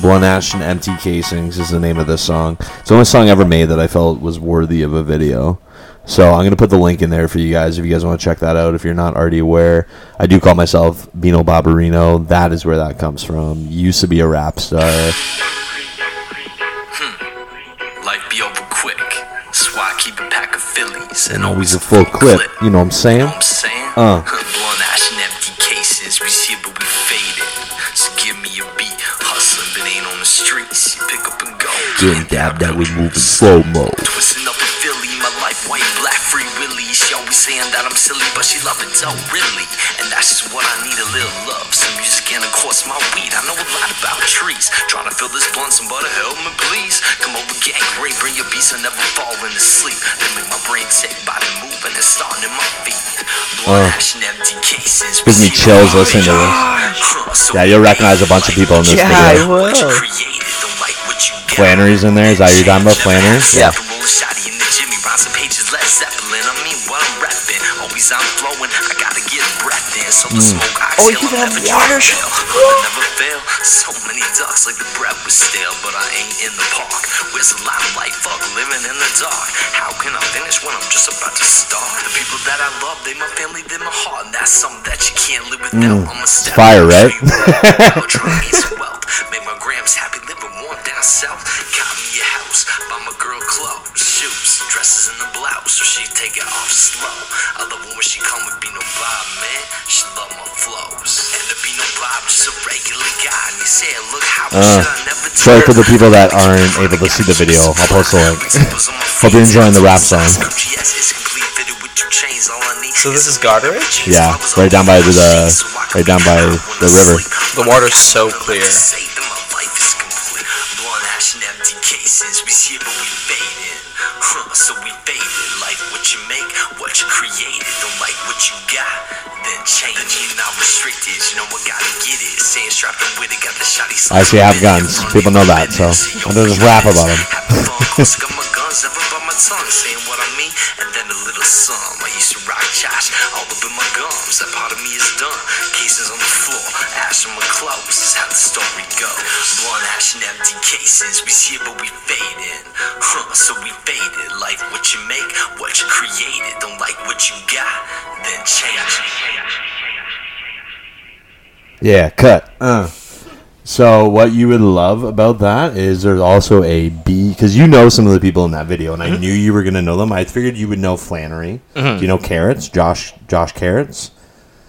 Blunt Ash and Empty Casings is the name of this song. It's the only song ever made that I felt was worthy of a video. So I'm gonna put the link in there for you guys if you guys want to check that out. If you're not already aware, I do call myself Bino Bobberino. That is where that comes from. Used to be a rap star.
Life be over quick. That's why I keep a pack of Phillies and always
He's
a
a full clip. You know what I'm saying?
know what I'm saying?
Uh.
Blunt ash and empty cases. We see it, but we fade it. So give me a beat. Hustle, but ain't on the streets. You pick up and go.
Getting dabbed at with moving slow mo.
Twisting up in Philly, my life white, black, free Willy. She always saying that I'm silly, but she love it so really. And that's just what I need a little love. Some music and of course my weed. I know a lot about trees. Trying to fill this blunt, somebody help me please. Come over, gang, Ray, bring your beats. I never falling asleep. They make my brain tick by the moving and starting in my feet. Blunt, ash, and empty cases.
Gives me chills listening to this.
this.
Yeah, you'll recognize a bunch of people in this
Yeah, I
video.
will.
Flannery's in there. Is that your time about Flannery?
Yeah.
Oh,
you can have water.
never fail. So many ducks like the breath was stale, but I ain't in the park. Where's the limelight? Fuck living in the dark. How can I finish when I'm just about to start? The people that I love, they my family, they my heart. And that's something that you can't live without. I'm a step
Hmm. fire, right?
wealth. Made my grams happy living warm down south. Got me a house, buy my girl clothes, shoes, dresses in the blouse, so she take it off slow. I love her when she come with Beano Bob, man. She love my flows. And the Beano Bob just a regular guy. And you say, look how much
Uh.
shit I never did.
Sorry for the people that aren't able to see the video. I'll post the link. Hope you're enjoying the rap song.
So this is Goderich.
Yeah, right down by the- right down by the river.
The water's so clear.
So we faded, like what you make, what you created, don't like what you got, then change it. Not restricted, you know I gotta get it. Saying strapped and with it, got the shotty
I actually have guns. People know that, so I don't just rap about them.
Having fun, close, got my guns up by my tongue, saying what I mean, and then a little sum. I used to rock Josh all up in my gums. That part of me is done. Cases on the floor, ash on my clothes. Is how the story goes. Blunt ash and empty cases. We see it, but we fade in. Huh, so we faded. Like what you make, what you created. Don't like what you got, then change.
Yeah, cut. Uh. So what you would love about that is there's also a B because you know some of the people in that video, and I knew you were gonna know them. I figured you would know Flannery. Do you know Carrots? Josh Josh Carrots.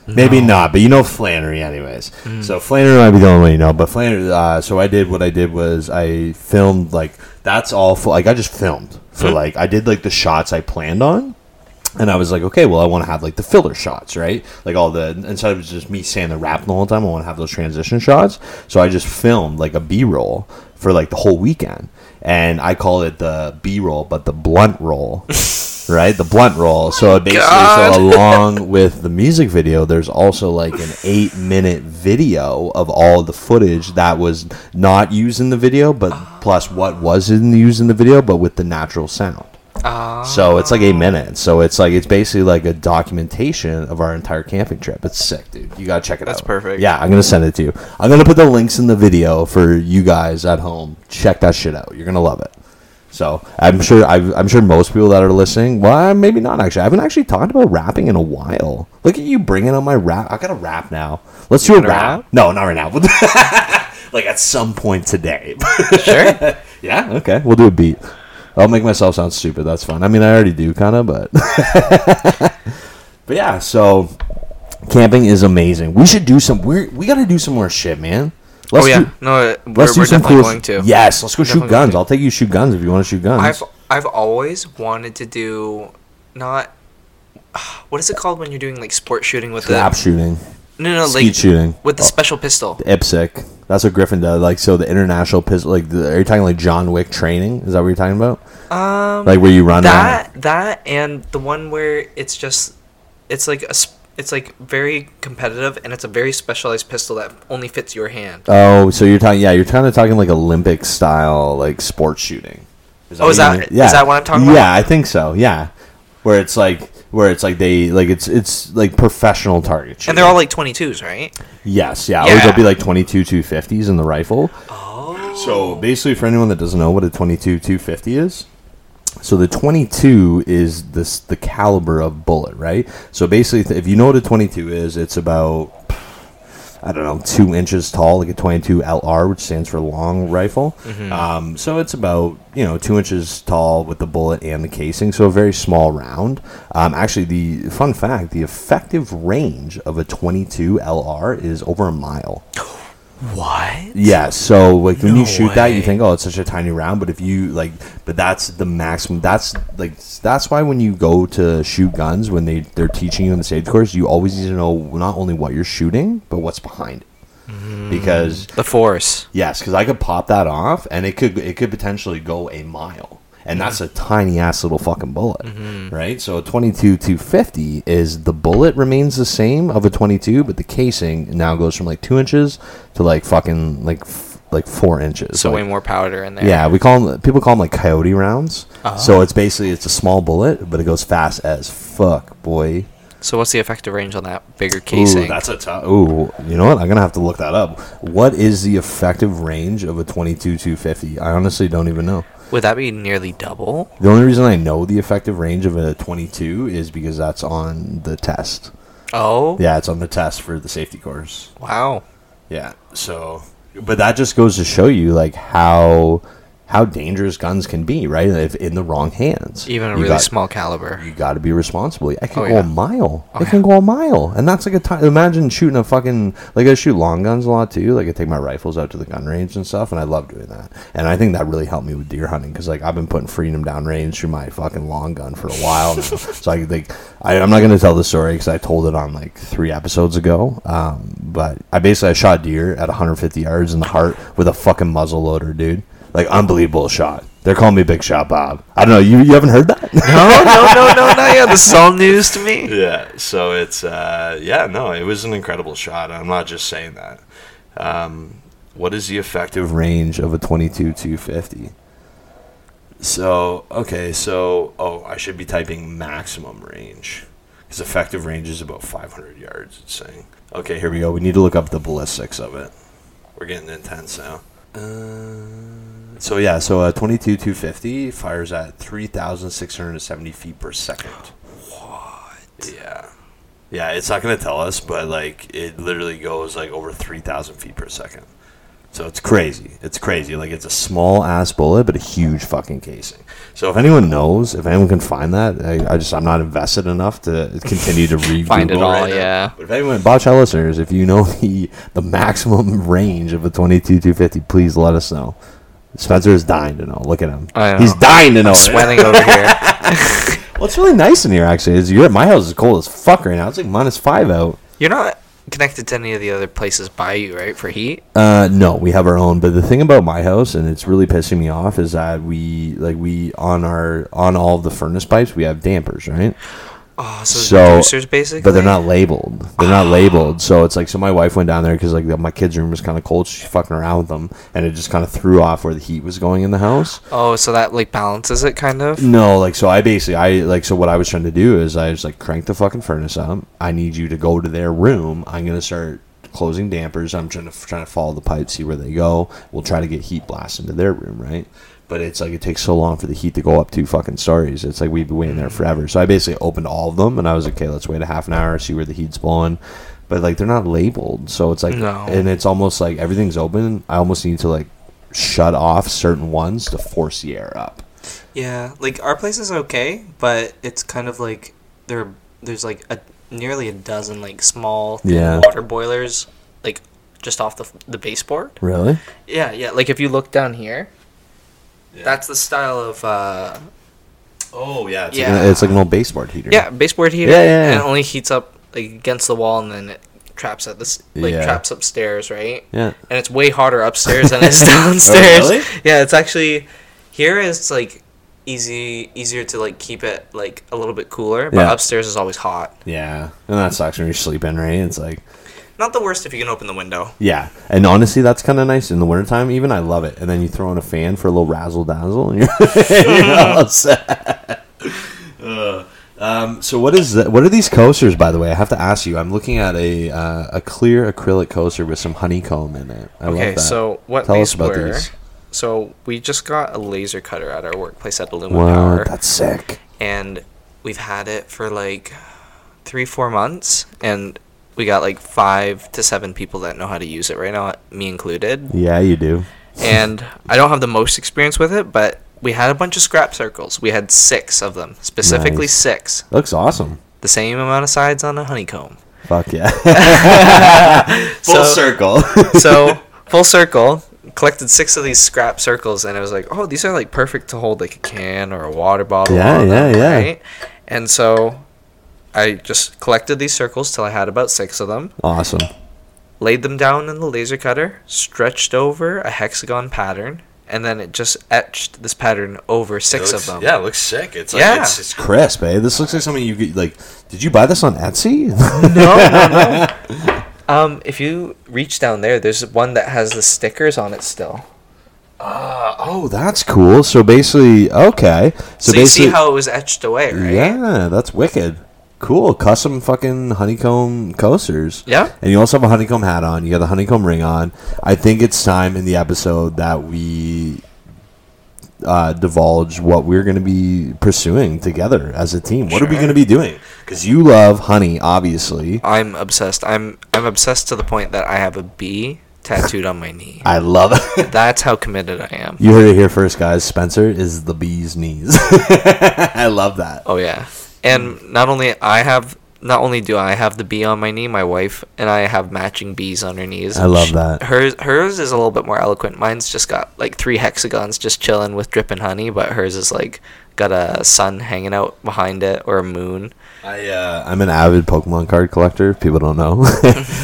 Maybe not, but you know Flannery, anyways. So Flannery might be the only one you know, but Flannery. Uh, so I did what I did was I filmed like that's all. For, like I just filmed for like I did like the shots I planned on, and I was like, okay, well I want to have like the filler shots, right? Like all the instead of just me saying the rap the whole time, I want to have those transition shots. So I just filmed like a B roll for like the whole weekend, and I call it the B roll, but the blunt roll. right? The blunt roll.
Oh,
So it basically, so along with the music video, there's also like an eight minute video of all the footage that was not used in the video, but plus what was in used in the video, but with the natural sound. So it's like eight minutes. So it's like it's basically like a documentation of our entire camping trip. It's sick, dude. You gotta check it
That's
out.
perfect.
Yeah, I'm gonna send it to you. I'm gonna put the links in the video for you guys at home. Check that shit out. You're gonna love it. So I'm sure I've, I'm sure most people that are listening. Well, maybe not actually. I haven't actually talked about rapping in a while. Look at you bringing on my rap. I got to rap now. Let's do a rap.
rap?
No, not right now. like at some point today.
Sure.
yeah. Okay. We'll do a beat. I'll make myself sound stupid. That's fun. I mean, I already do kind of, but but yeah. So camping is amazing. We should do some. We we got to do some more shit, man. Let's
oh yeah,
do-
no, uh, we're,
Let's
we're
do some
definitely
cool.
going to.
Yes, let's go shoot
Definitely going
guns.
to.
I'll take you to shoot guns if you want to shoot guns.
I've I've always wanted to do not. What is it called when you're doing like sport shooting with
Trap
the
shooting,
no no
skeet
like
shooting.
with the
Oh.
special pistol?
IPSC. That's what Griffin does. Like so, the international pistol. Like, the, are you talking like John Wick training? Is that what you're talking about? Um, like where you run around-
That that and the one where it's just it's like a sp- it's like very competitive and it's a very specialized pistol that only fits your hand.
Oh, so you're talking? Yeah, you're kind of talking like Olympic style, like sports shooting.
Oh, is
what you
that-
mean?
is that what I'm talking
yeah,
about?
Yeah, I think so. Yeah, where it's like where it's like they like it's it's like professional target shooting.
And they're all like 22s, right?
Yes, yeah. Always
Yeah.
will be like 22 250s in the rifle. Oh. So basically, for anyone that doesn't know what a 22 250 is, so the 22 is this the caliber of bullet, right? So basically, th- if you know what a 22 is, it's about I don't know, two inches tall, like a 22 LR, which stands for long rifle. Um, so it's about, you know, two inches tall with the bullet and the casing. So a very small round. Um, actually, the fun fact the effective range of a 22 LR is over a mile.
What?
Yeah, so like when you shoot that, you think, oh, it's such a tiny round, but if you like, but that's the maximum. That's like that's why when you go to shoot guns, when they they're teaching you in the safety course, you always need to know not only what you're shooting, but what's behind it, because
The force.
Yes, because I could pop that off, and it could it could potentially go a mile, and that's a tiny ass little fucking bullet,
Mm-hmm.
right? So a twenty two two fifty is the bullet remains the same of a twenty two, but the casing now goes from like two inches to like fucking like f- like four inches.
So
like-
way more powder in there.
yeah, we call them people call them like coyote rounds.
Uh-huh.
So it's basically it's a small bullet, but it goes fast as fuck, boy.
So what's the effective range on that bigger
Ooh,
casing?
that's a tough. Ooh, you know what? I'm gonna have to look that up. What is the effective range of a 22 250? I honestly don't even know.
Would that be nearly double?
The only reason I know the effective range of a 22 is because that's on the test.
Oh,
Yeah, it's on the test for the safety course.
wow.
Yeah. So, but that just goes to show you like how how dangerous guns can be, right? If in the wrong hands,
Even a
You
really
got-
small caliber.
you got to be responsible. I can
Oh,
go
yeah.
a mile. I
Oh,
it can go a mile, and that's like a time. Imagine shooting a fucking like I shoot long guns a lot too. Like I take my rifles out to the gun range and stuff, and I love doing that. And I think that really helped me with deer hunting because like I've been putting freedom down range through my fucking long gun for a while now. so I like I, I'm not gonna tell the story because I told it on like three episodes ago. Um, but I basically I shot deer at 150 yards in the heart with a fucking muzzle loader, dude. Like unbelievable shot. They're calling me Big Shot Bob. I don't know. You you haven't heard that?
no, no, no, no, no. Yeah, this is all news to me.
Yeah, so it's uh, yeah, no, it was an incredible shot. I'm not just saying that. Um, what is the effective?
range of a 22 250.
So okay, so oh, I should be typing maximum range because effective range is about 500 yards. It's saying okay, here
Here we go. We need to look up the ballistics of it.
we're getting intense now. Uh, so yeah, so a 22 250 fires at 3,670 feet per second. What? Yeah. Yeah, it's not gonna tell us, but like it literally goes like over 3,000 feet per second.
So it's crazy. It's crazy. Like it's a small ass bullet, but a huge fucking casing. So if anyone knows, if anyone can find that, I, I just I'm not invested enough to continue to read.
Find it all, yeah.
But if anyone, Botchell listeners, if you know the the maximum range of a 22 250, please let us know. Spencer is dying to know. Look at him.
I know.
He's dying to know. it.
Sweating over here.
What's really nice in here actually is you're at my house is cold as fuck right now. It's like minus five out.
You're not connected to any of the other places by you, right? For heat.
Uh, no, we have our own. But the thing about my house, and it's really pissing me off, is that we like we on our on all the furnace pipes we have dampers, right?
Oh, so,
So
so boosters basically.
but they're not labeled. They're not labeled. So it's like so my wife went down there because like my kids' room was kind of cold. She's fucking around with them, and it just kind of threw off where the heat was going in the house.
Oh, so that like balances it kind of.
No, like so I basically I like so what I was trying to do is I was like crank the fucking furnace up. I need you to go to their room. I'm gonna start closing dampers. I'm trying to trying to follow the pipe, see where they go. We'll try to get heat blast into their room, right? But it's like it takes so long for the heat to go up two fucking stories. It's like we've been waiting there forever. So I basically opened all of them and I was like, okay, let's wait a half an hour, see where the heat's blowing. But like they're not labeled, so it's like,
No.
and it's almost like everything's open. I almost need to like shut off certain ones to force the air up.
Yeah, like our place is okay, but it's kind of like there. There's like a nearly a dozen like small thin
Yeah.
water boilers, like just off the f- the baseboard.
Really?
Yeah, yeah. Like if you look down here, that's the style of uh,
Oh yeah, it's
Yeah.
Like an, it's like an old baseboard heater.
yeah baseboard heater.
Yeah, yeah,
And it
yeah.
only heats up like against the wall, and then it traps at this like
Yeah.
traps upstairs, right?
yeah.
and it's way hotter upstairs than it's downstairs.
Oh, really?
Yeah, it's actually here is like easy easier to like keep it like a little bit cooler, but
Yeah.
upstairs is always hot.
Yeah, and that sucks when you're sleeping, right? It's like
Not the worst if you can open the window.
yeah, and honestly, that's kind of nice in the wintertime. Even I love it. And then you throw in a fan for a little razzle dazzle, and you're, you're all set. Ugh. Um, so what is that? What are these coasters, by the way? I have to ask you. I'm looking at a uh, a clear acrylic coaster with some honeycomb in it. I love
Okay,
that.
so what
Tell
these
us about
were?
these.
So we just got a laser cutter at our workplace at Illumina
Wow,
Power,
that's sick.
and we've had it for like three four months, and we got like five to seven people that know how to use it right now, me included.
Yeah, you do.
and I don't have the most experience with it, but we had a bunch of scrap circles. We had six of them, specifically
Nice.
six.
Looks awesome.
The same amount of sides on a honeycomb.
Fuck yeah. Full
So-
circle.
So full circle, collected six of these scrap circles, and I was like, oh, these are like perfect to hold like a can or a water bottle.
Yeah,
on them,
yeah, yeah.
Right? And so I just collected these circles till I had about six of them.
awesome.
laid them down in the laser cutter, stretched over a hexagon pattern, and then it just etched this pattern over six of them.
Yeah, it looks sick. It's
Yeah.
like it's, it's crisp, eh? This looks like something you could like. Did you buy this on Etsy?
Um, if you reach down there, there's one that has the stickers on it still.
oh, that's cool. So basically, okay. So,
So,
basically,
you see how it was etched away, right?
yeah, that's wicked. Cool, custom fucking honeycomb coasters.
Yeah.
and you also have a honeycomb hat on. You got the honeycomb ring on. I think it's time in the episode that we uh, divulge what we're going to be pursuing together as a team. What are we going to be doing? Because you love honey, obviously.
I'm obsessed. I'm I'm obsessed to the point that I have a bee tattooed on my knee.
I love it.
That's how committed I am.
You heard it here first, guys. Spencer is the bee's knees. I love that.
Oh yeah. And not only I have not only do I have the bee on my knee, my wife and I have matching bees on her knees.
I love that.
Hers hers is a little bit more eloquent. Mine's just got like three hexagons just chilling with dripping honey, but hers is like got a sun hanging out behind it or a moon.
I, uh, I'm an avid Pokemon card collector. if People don't know.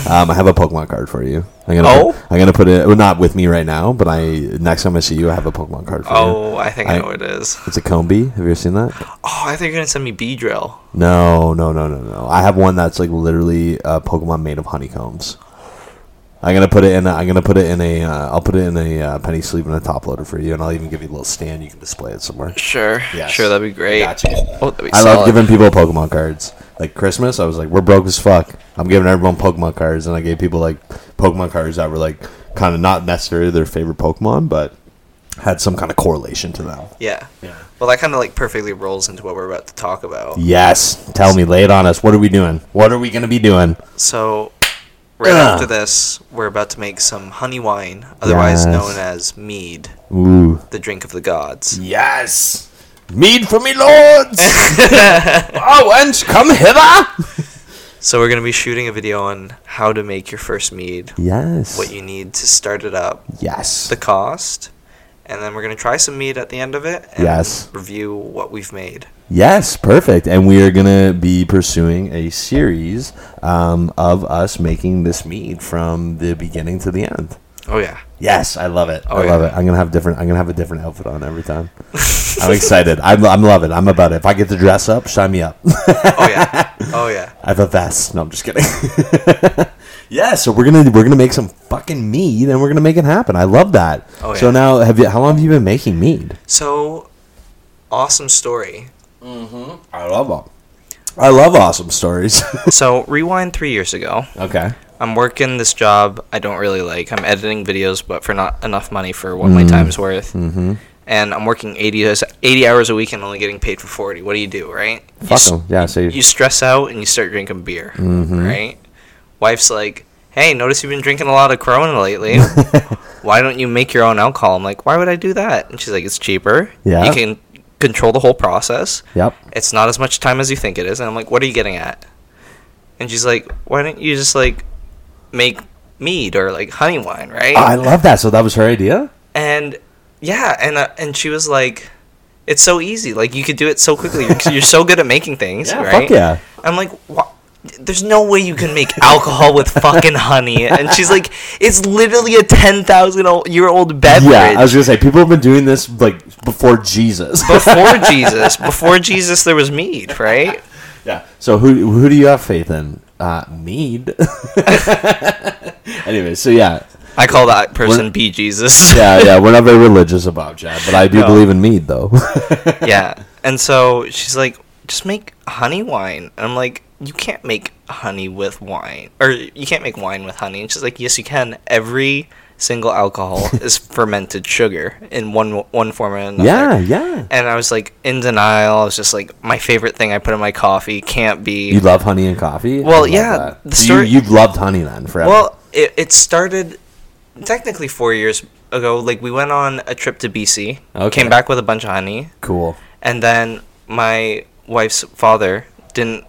um, I have a Pokemon card for you. I'm gonna
Oh?
put, I'm gonna put it. Well, not with me right now, but I next time I see you, I have a Pokemon card for you.
Oh, I think I,
I-
know what it is.
It's a Combi. Have you ever seen that?
Oh, I think you're gonna send me bee drill.
No, no, no, no, no. I have one that's like literally a Pokemon made of honeycombs. I'm gonna put it in. A, I'm gonna put it in a. Uh, I'll put it in a uh, penny sleeve and a top loader for you, and I'll even give you a little stand you can display it somewhere.
Sure,
Yes.
sure, that'd be great.
Gotcha.
Oh, that'd be
I
solid.
love giving people Pokemon cards. Like Christmas, I was like, we're broke as fuck. I'm giving everyone Pokemon cards, and I gave people like Pokemon cards that were like kind of not necessarily their favorite Pokemon, but had some kind of correlation to them.
Yeah. Yeah. Well, that kind of like perfectly rolls into what we're about to talk about.
Yes, tell me, lay it on us. What are we doing? What are we gonna be doing?
So, right after this, we're about to make some honey wine, otherwise known as mead,
Ooh.
the drink of the gods.
Yes. Mead for me, lords. oh, wench, come hither.
So we're gonna be shooting a video on how to make your first mead,
Yes.
what you need to start it up,
yes.
the cost, and then we're gonna try some mead at the end of it. And
Yes.
Review what we've made.
Yes, perfect. And we are going to be pursuing a series um, of us making this mead from the beginning to the end.
Oh yeah.
Yes, I love it.
Oh,
I love
yeah.
it. I'm gonna have different. I'm gonna have a different outfit on every time. I'm excited. I'm, I'm loving. it. I'm about it. If I get to dress up, sign me up.
Oh yeah. Oh yeah.
I have a vest. No, I'm just kidding. yeah, so we're gonna we're gonna make some fucking mead, and we're gonna make it happen. I love that.
Oh,
So
yeah.
now, have you? How long have you been making mead?
So, awesome story.
I love them. I love awesome stories.
So rewind three years ago.
okay.
I'm working this job I don't really like. I'm editing videos, but for not enough money for what
Mm.
my time's worth. Mm-hmm. And I'm working 80, hours- 80 hours a week and only getting paid for 40. What do you do, right? You,
Fuck
s-
'em. Yeah. So you,
you stress out and you start drinking beer,
Mm-hmm.
right? Wife's like, hey, notice you've been drinking a lot of Corona lately. Why don't you make your own alcohol? I'm like, why would I do that? And she's like, it's cheaper.
Yeah.
You can control the whole process
Yep.
it's not as much time as you think it is. And I'm like, what are you getting at? And she's like, why don't you just like make mead or like honey wine, right?
I love that. So that was her idea.
and yeah, and uh, and she was like, it's so easy. Like you could do it so quickly. You're, you're so good at making things, right?
Fuck yeah.
I'm like, what? There's no way you can make alcohol with fucking honey. And she's like, it's literally a 10,000 year old beverage.
Yeah, I was gonna say people have been doing this like before Jesus.
before Jesus, before Jesus, there was mead, right?
yeah. So who who do you have faith in? Uh, mead. anyway, so yeah,
I call that person
We're-
B Jesus.
yeah, yeah. We're not very religious about Chad, but I do believe in mead, though.
yeah. And so she's like, just make honey wine. And I'm like, you can't make honey with wine. Or you can't make wine with honey. And she's like, yes, you can. Every single alcohol is fermented sugar in one one form or another.
yeah, yeah.
And I was like in denial. I was just like, my favorite thing I put in my coffee can't be.
You love honey and coffee.
Well,
I love
yeah,
that.
the
So
story-
you, you've loved honey then forever.
well, it, it started technically four years ago. Like, we went on a trip to BC,
Okay.
came back with a bunch of honey.
cool.
and then my wife's father didn't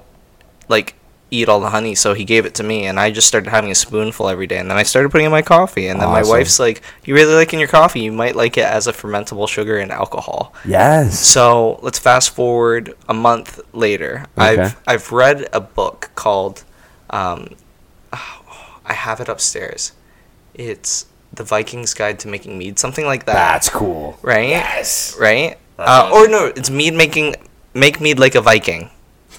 like eat all the honey so he gave it to me and i just started having a spoonful every day and then i started putting it in my coffee and then
Awesome.
my wife's like you really like in your coffee you might like it as a fermentable sugar and alcohol
Yes.
so let's fast forward a month later
Okay.
i've i've read a book called um, oh, i have it upstairs it's the viking's guide to making mead something like that
That's cool.
right? Yes. Right? Uh, or no, it's mead making. Make mead like a Viking.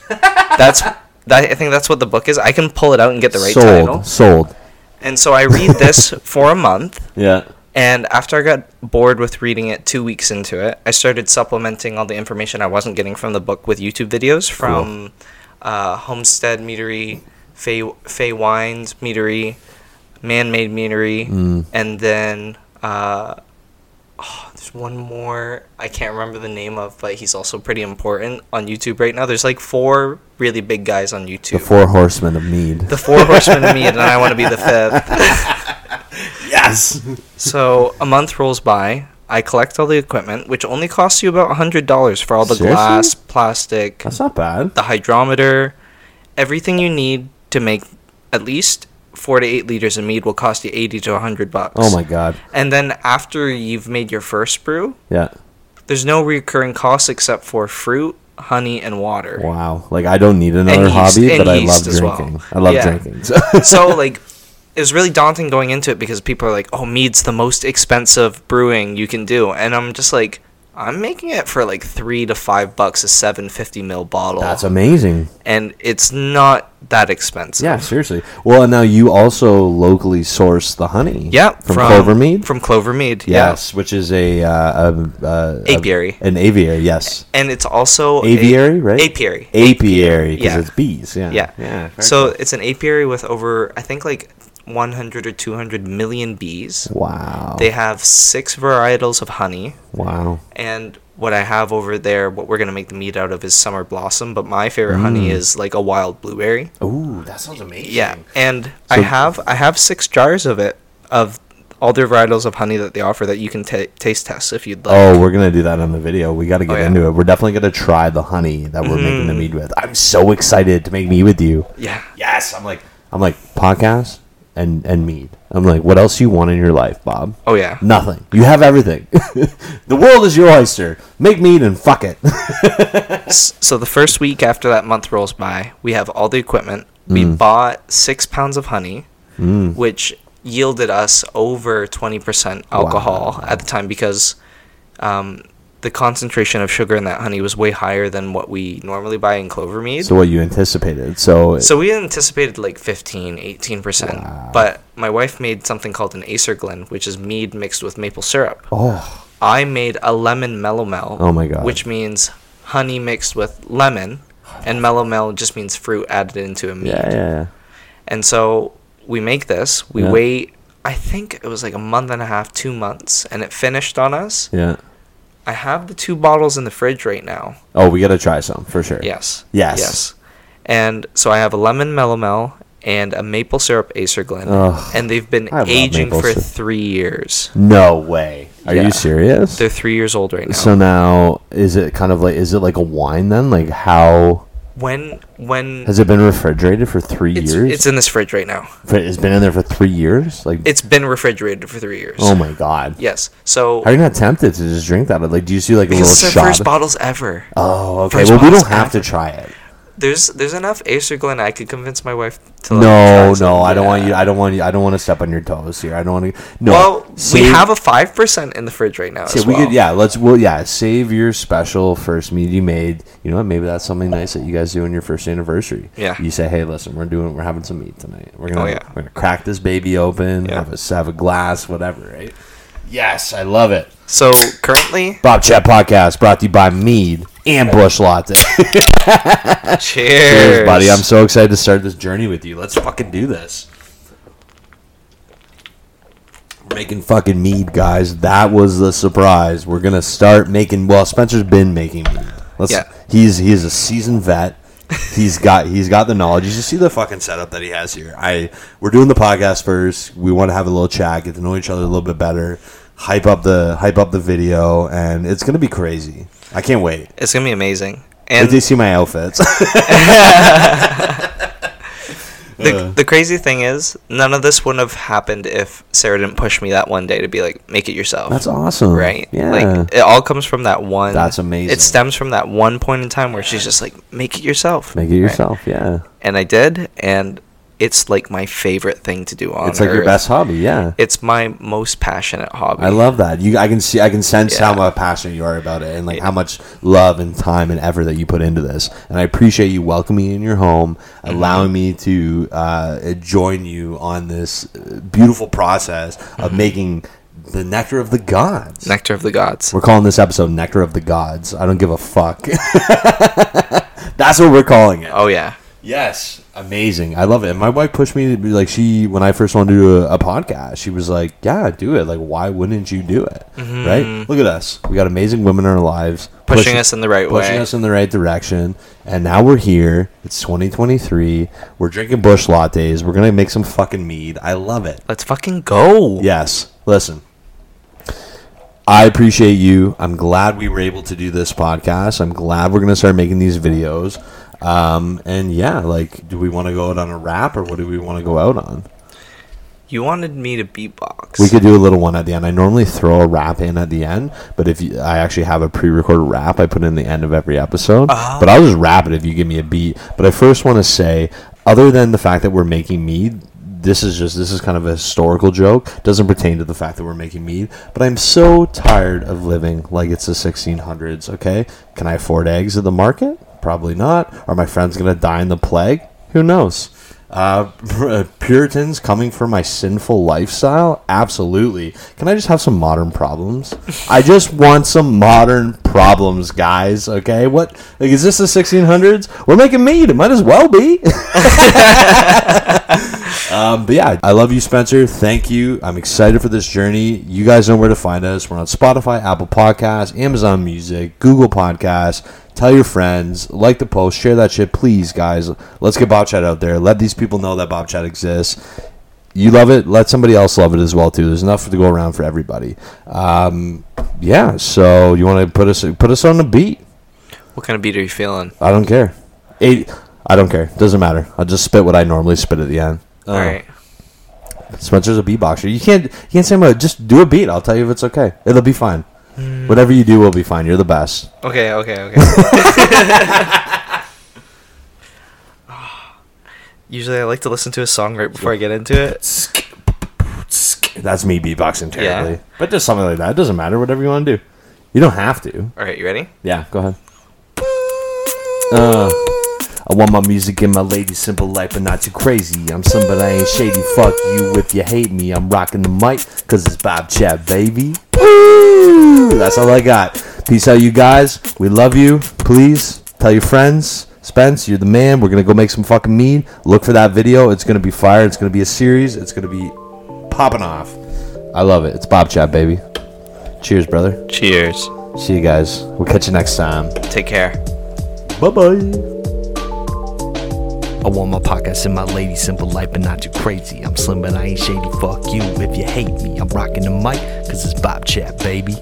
that's that. I think that's what the book is. I can pull it out and get the right
sold.
title.
Sold. Oh
And so I read this for a month,
Yeah.
and after I got bored with reading it, two weeks into it, I started supplementing all the information I wasn't getting from the book with YouTube videos from uh, Homestead Meadery, Fay Fay Wines Meadery, Man Made Meadery,
Mm.
and then. Uh, oh, there's one more I can't remember the name of, but he's also pretty important on YouTube right now. There's like four really big guys on
The
YouTube.
four horsemen of mead.
The four horsemen of mead, and I want to be the fifth.
yes.
So a month rolls by. I collect all the equipment, which only costs you about hundred dollars for all the
Seriously?
glass, plastic,
That's not bad.
the hydrometer, everything you need to make at least four to eight liters of mead will cost you eighty to hundred bucks.
Oh my god.
And then after you've made your first brew,
Yeah.
There's no recurring costs except for fruit, honey, and water.
Wow. Like I don't need another
yeast-
hobby,
and
but I
yeast
love
as well.
drinking. I love
Yeah.
drinking. So.
so like, it was really daunting going into it because people are like, "Oh, mead's the most expensive brewing you can do," and I'm just like, "I'm making it for like three to five bucks a 750 mil bottle,
That's amazing.
and it's not that expensive."
Yeah, seriously. Well, and now you also locally source the honey.
Yeah,
from, Clover Mead.
From Clover Mead,
yes, which is a, uh, a, a
yeah. apiary,
an aviary. Yes,
and it's also a-
aviary, right?
Apiary,
Apiary, because
yeah.
it's bees. Yeah,
Yeah.
yeah. very
So it's an apiary with over, I think, like 100 or 200 million bees.
cool. wow,
They have six varietals of honey,
wow,
and what I have over there, what we're gonna make the meat out of is summer blossom, but my favorite honey is like a wild blueberry.
Ooh, that sounds amazing.
Yeah, and I have I have six jars of it of all the varietals of honey that they offer that you can ta taste test if you'd like.
Oh, we're gonna do that on the video. We got to get
Oh, yeah. Mm-hmm.
into it. We're definitely gonna try the honey that we're making the mead with. I'm so excited to make mead with you.
yeah,
Yes, I'm like, I'm like podcast and and mead. I'm like, what else you want in your life, Bob?
Oh, yeah.
nothing. You have everything. the world is your oyster. Make mead and fuck it.
S- So the first week after that month rolls by, we have all the equipment. We bought six pounds of honey, which yielded us over 20% alcohol at the time because um, the concentration of sugar in that honey was way higher than what we normally buy in clover mead.
so
So,
what you anticipated. So,
we anticipated like 15, 18%. But my wife made something called an acerglin, which is mead mixed with maple syrup.
oh,
I made a lemon mellow mel.
Oh my God.
Which means honey mixed with lemon, and mellow mel just means fruit added into a mead.
yeah, yeah, yeah.
And so we make this. We
Yeah.
wait. I think it was like a month and a half, two months, and it finished on us.
yeah.
I have the two bottles in the fridge right now.
Oh, we gotta try some for sure.
Yes.
Yes.
Yes. And so I have a lemon mellow mel and a maple syrup Acer Glen,
Ugh.
and they've been
I love
aging
maple
for
syrup. Mm.
three years.
No way. Are
Yeah.
you serious?
They're three years old right now.
So now, is it kind of like is it like a wine then? Like how
when when
has Mm. it been refrigerated for three
it's,
years?
it's in this fridge right now.
But it's been in there for three years. Like
It's been refrigerated for three years.
oh my god.
Yes. So
Are you not tempted to just drink that? Like, do you see like a
because
little
it's their
shot?
first bottles ever.
oh, okay.
first
Well, we
bottles
don't have to
ever.
try it.
There's there's enough Acer Glen I could convince my wife to. let me
No,
try some.
no, I don't want you.
Yeah.
I don't want you. I don't want to step on your toes here. I don't want to. No.
Well, we
save-
have a five percent in the fridge right now.
Yeah,
as
we
well.
could. Yeah, let's. Well, yeah, save your special first mead you made. You know what? Maybe that's something nice that you guys do on your first anniversary.
Yeah.
You say, hey, listen, we're doing, we're having some meat tonight. We're gonna,
Oh, yeah.
we're gonna crack this baby open,
Yeah.
have a have a glass, whatever. Right. Yes, I love it.
So currently,
Bob Chat Podcast brought to you by Mead and Bush Latte.
cheers.
Cheers, buddy. I'm so excited to start this journey with you. Let's fucking do this. We're making fucking mead, guys. That was the surprise. We're gonna start making. Well, Spencer's been making mead. Let's.
Yeah.
He's he is a seasoned vet. He's got he's got the knowledge. You should see the fucking setup that he has here. I we're doing the podcast first. We want to have a little chat, get to know each other a little bit better, hype up the hype up the video, and it's gonna be crazy. I can't wait.
It's gonna be amazing.
Did
And
they see my outfits?
the, the crazy thing is, none of this wouldn't have happened if Sarah didn't push me that one day to be like, make it yourself.
That's awesome.
right?
Yeah.
Like it all comes from that one.
That's amazing.
It stems from that one point in time where she's just like, make it yourself.
Make it yourself. Yeah.
and I did, and it's like my favorite thing to do on
It's like your
Earth.
best hobby. Yeah.
It's my most passionate hobby.
I love that. You, I can see, I can sense
Yeah.
how much passionate you are about it, and like how much love and time and effort that you put into this. And I appreciate you welcoming me in your home,
Mm-hmm.
allowing me to uh, join you on this uh, beautiful process
Mm-hmm.
of making the nectar of the gods.
Nectar of the Gods.
We're calling this episode "Nectar of the Gods." I don't give a fuck. That's what we're calling it.
Oh yeah,
Yes, amazing. I love it. And my wife pushed me to be like, she when I first wanted to do a, a podcast, she was like, "Yeah, do it. Like, why wouldn't you do it? Right? Look at us. We got amazing women in our lives,
Mm-hmm. Pushing us in the right
pushing
way.
us in the right direction. And now we're here. It's 2023. We're drinking bush lattes. We're gonna make some fucking mead. I love it.
let's fucking go.
Yes. Listen, I appreciate you. I'm glad we were able to do this podcast. I'm glad we're going to start making these videos. Um, and yeah, like, do we want to go out on a wrap or what do we want to go out on?
You wanted me to beatbox.
We could do a little one at the end. I normally throw a rap in at the end, but if you, I actually have a pre-recorded rap, I put in the end of every episode. But I'll just rap it if you give me a beat. But I first want to say, other than the fact that we're making mead, this is just this is kind of a historical joke. Doesn't pertain to the fact that we're making mead. But I'm so tired of living like it's the 1600s. Okay, can I afford eggs at the market? Probably not. Are my friends gonna die in the plague? Who knows? Uh, Puritans coming for my sinful lifestyle? Absolutely. Can I just have some modern problems? I just want some modern problems, guys. Okay, what? Like, is this the 1600s? We're making mead. It might as well be.
Um, but yeah, I love you, Spencer. Thank you. I'm excited for this journey. You guys know where to find us. We're on Spotify, Apple Podcasts, Amazon Music, Google Podcasts. Tell your friends, like the post, share that shit, please, guys. Let's get Bob Chat out there. Let these people know that Bob Chat exists. You love it. Let somebody else love it as well too. There's enough to go around for everybody. Um, yeah. So you want to put us put us on the beat?
What kind of beat are you feeling?
I don't care. Eight. I don't care. Doesn't matter. I'll just spit what I normally spit at the end.
Uh,
All right.
Spencer's a beatboxer. You can't you can't say much. Just do a beat. I'll tell you if it's okay. It'll be fine. Whatever you do will be fine. You're the best.
Okay, okay, okay. Usually I like to listen to a song right before I get into it.
That's me beatboxing terribly.
Yeah.
But just something like that. It doesn't matter. Whatever you want to do. You don't have to.
All right, you ready?
Yeah, go ahead. Uh, I want my music and my lady simple life, but not too crazy. I'm somebody I ain't shady. Fuck you if you hate me. I'm rocking the mic, cause it's Bob Chat, baby. Woo! That's all I got. Peace out, you guys. We love you. Please tell your friends. Spence, you're the man. We're gonna go make some fucking mead. Look for that video. It's gonna be fire. It's gonna be a series. It's gonna be popping off. I love it. It's Bob Chat, baby. Cheers, brother.
Cheers.
See you guys. We'll catch you next time.
Take care.
Bye bye.
I want my pockets and my lady simple life, but not too crazy. I'm slim, but I ain't shady. Fuck you if you hate me. I'm rocking the mic, cause it's Bob Chat, baby.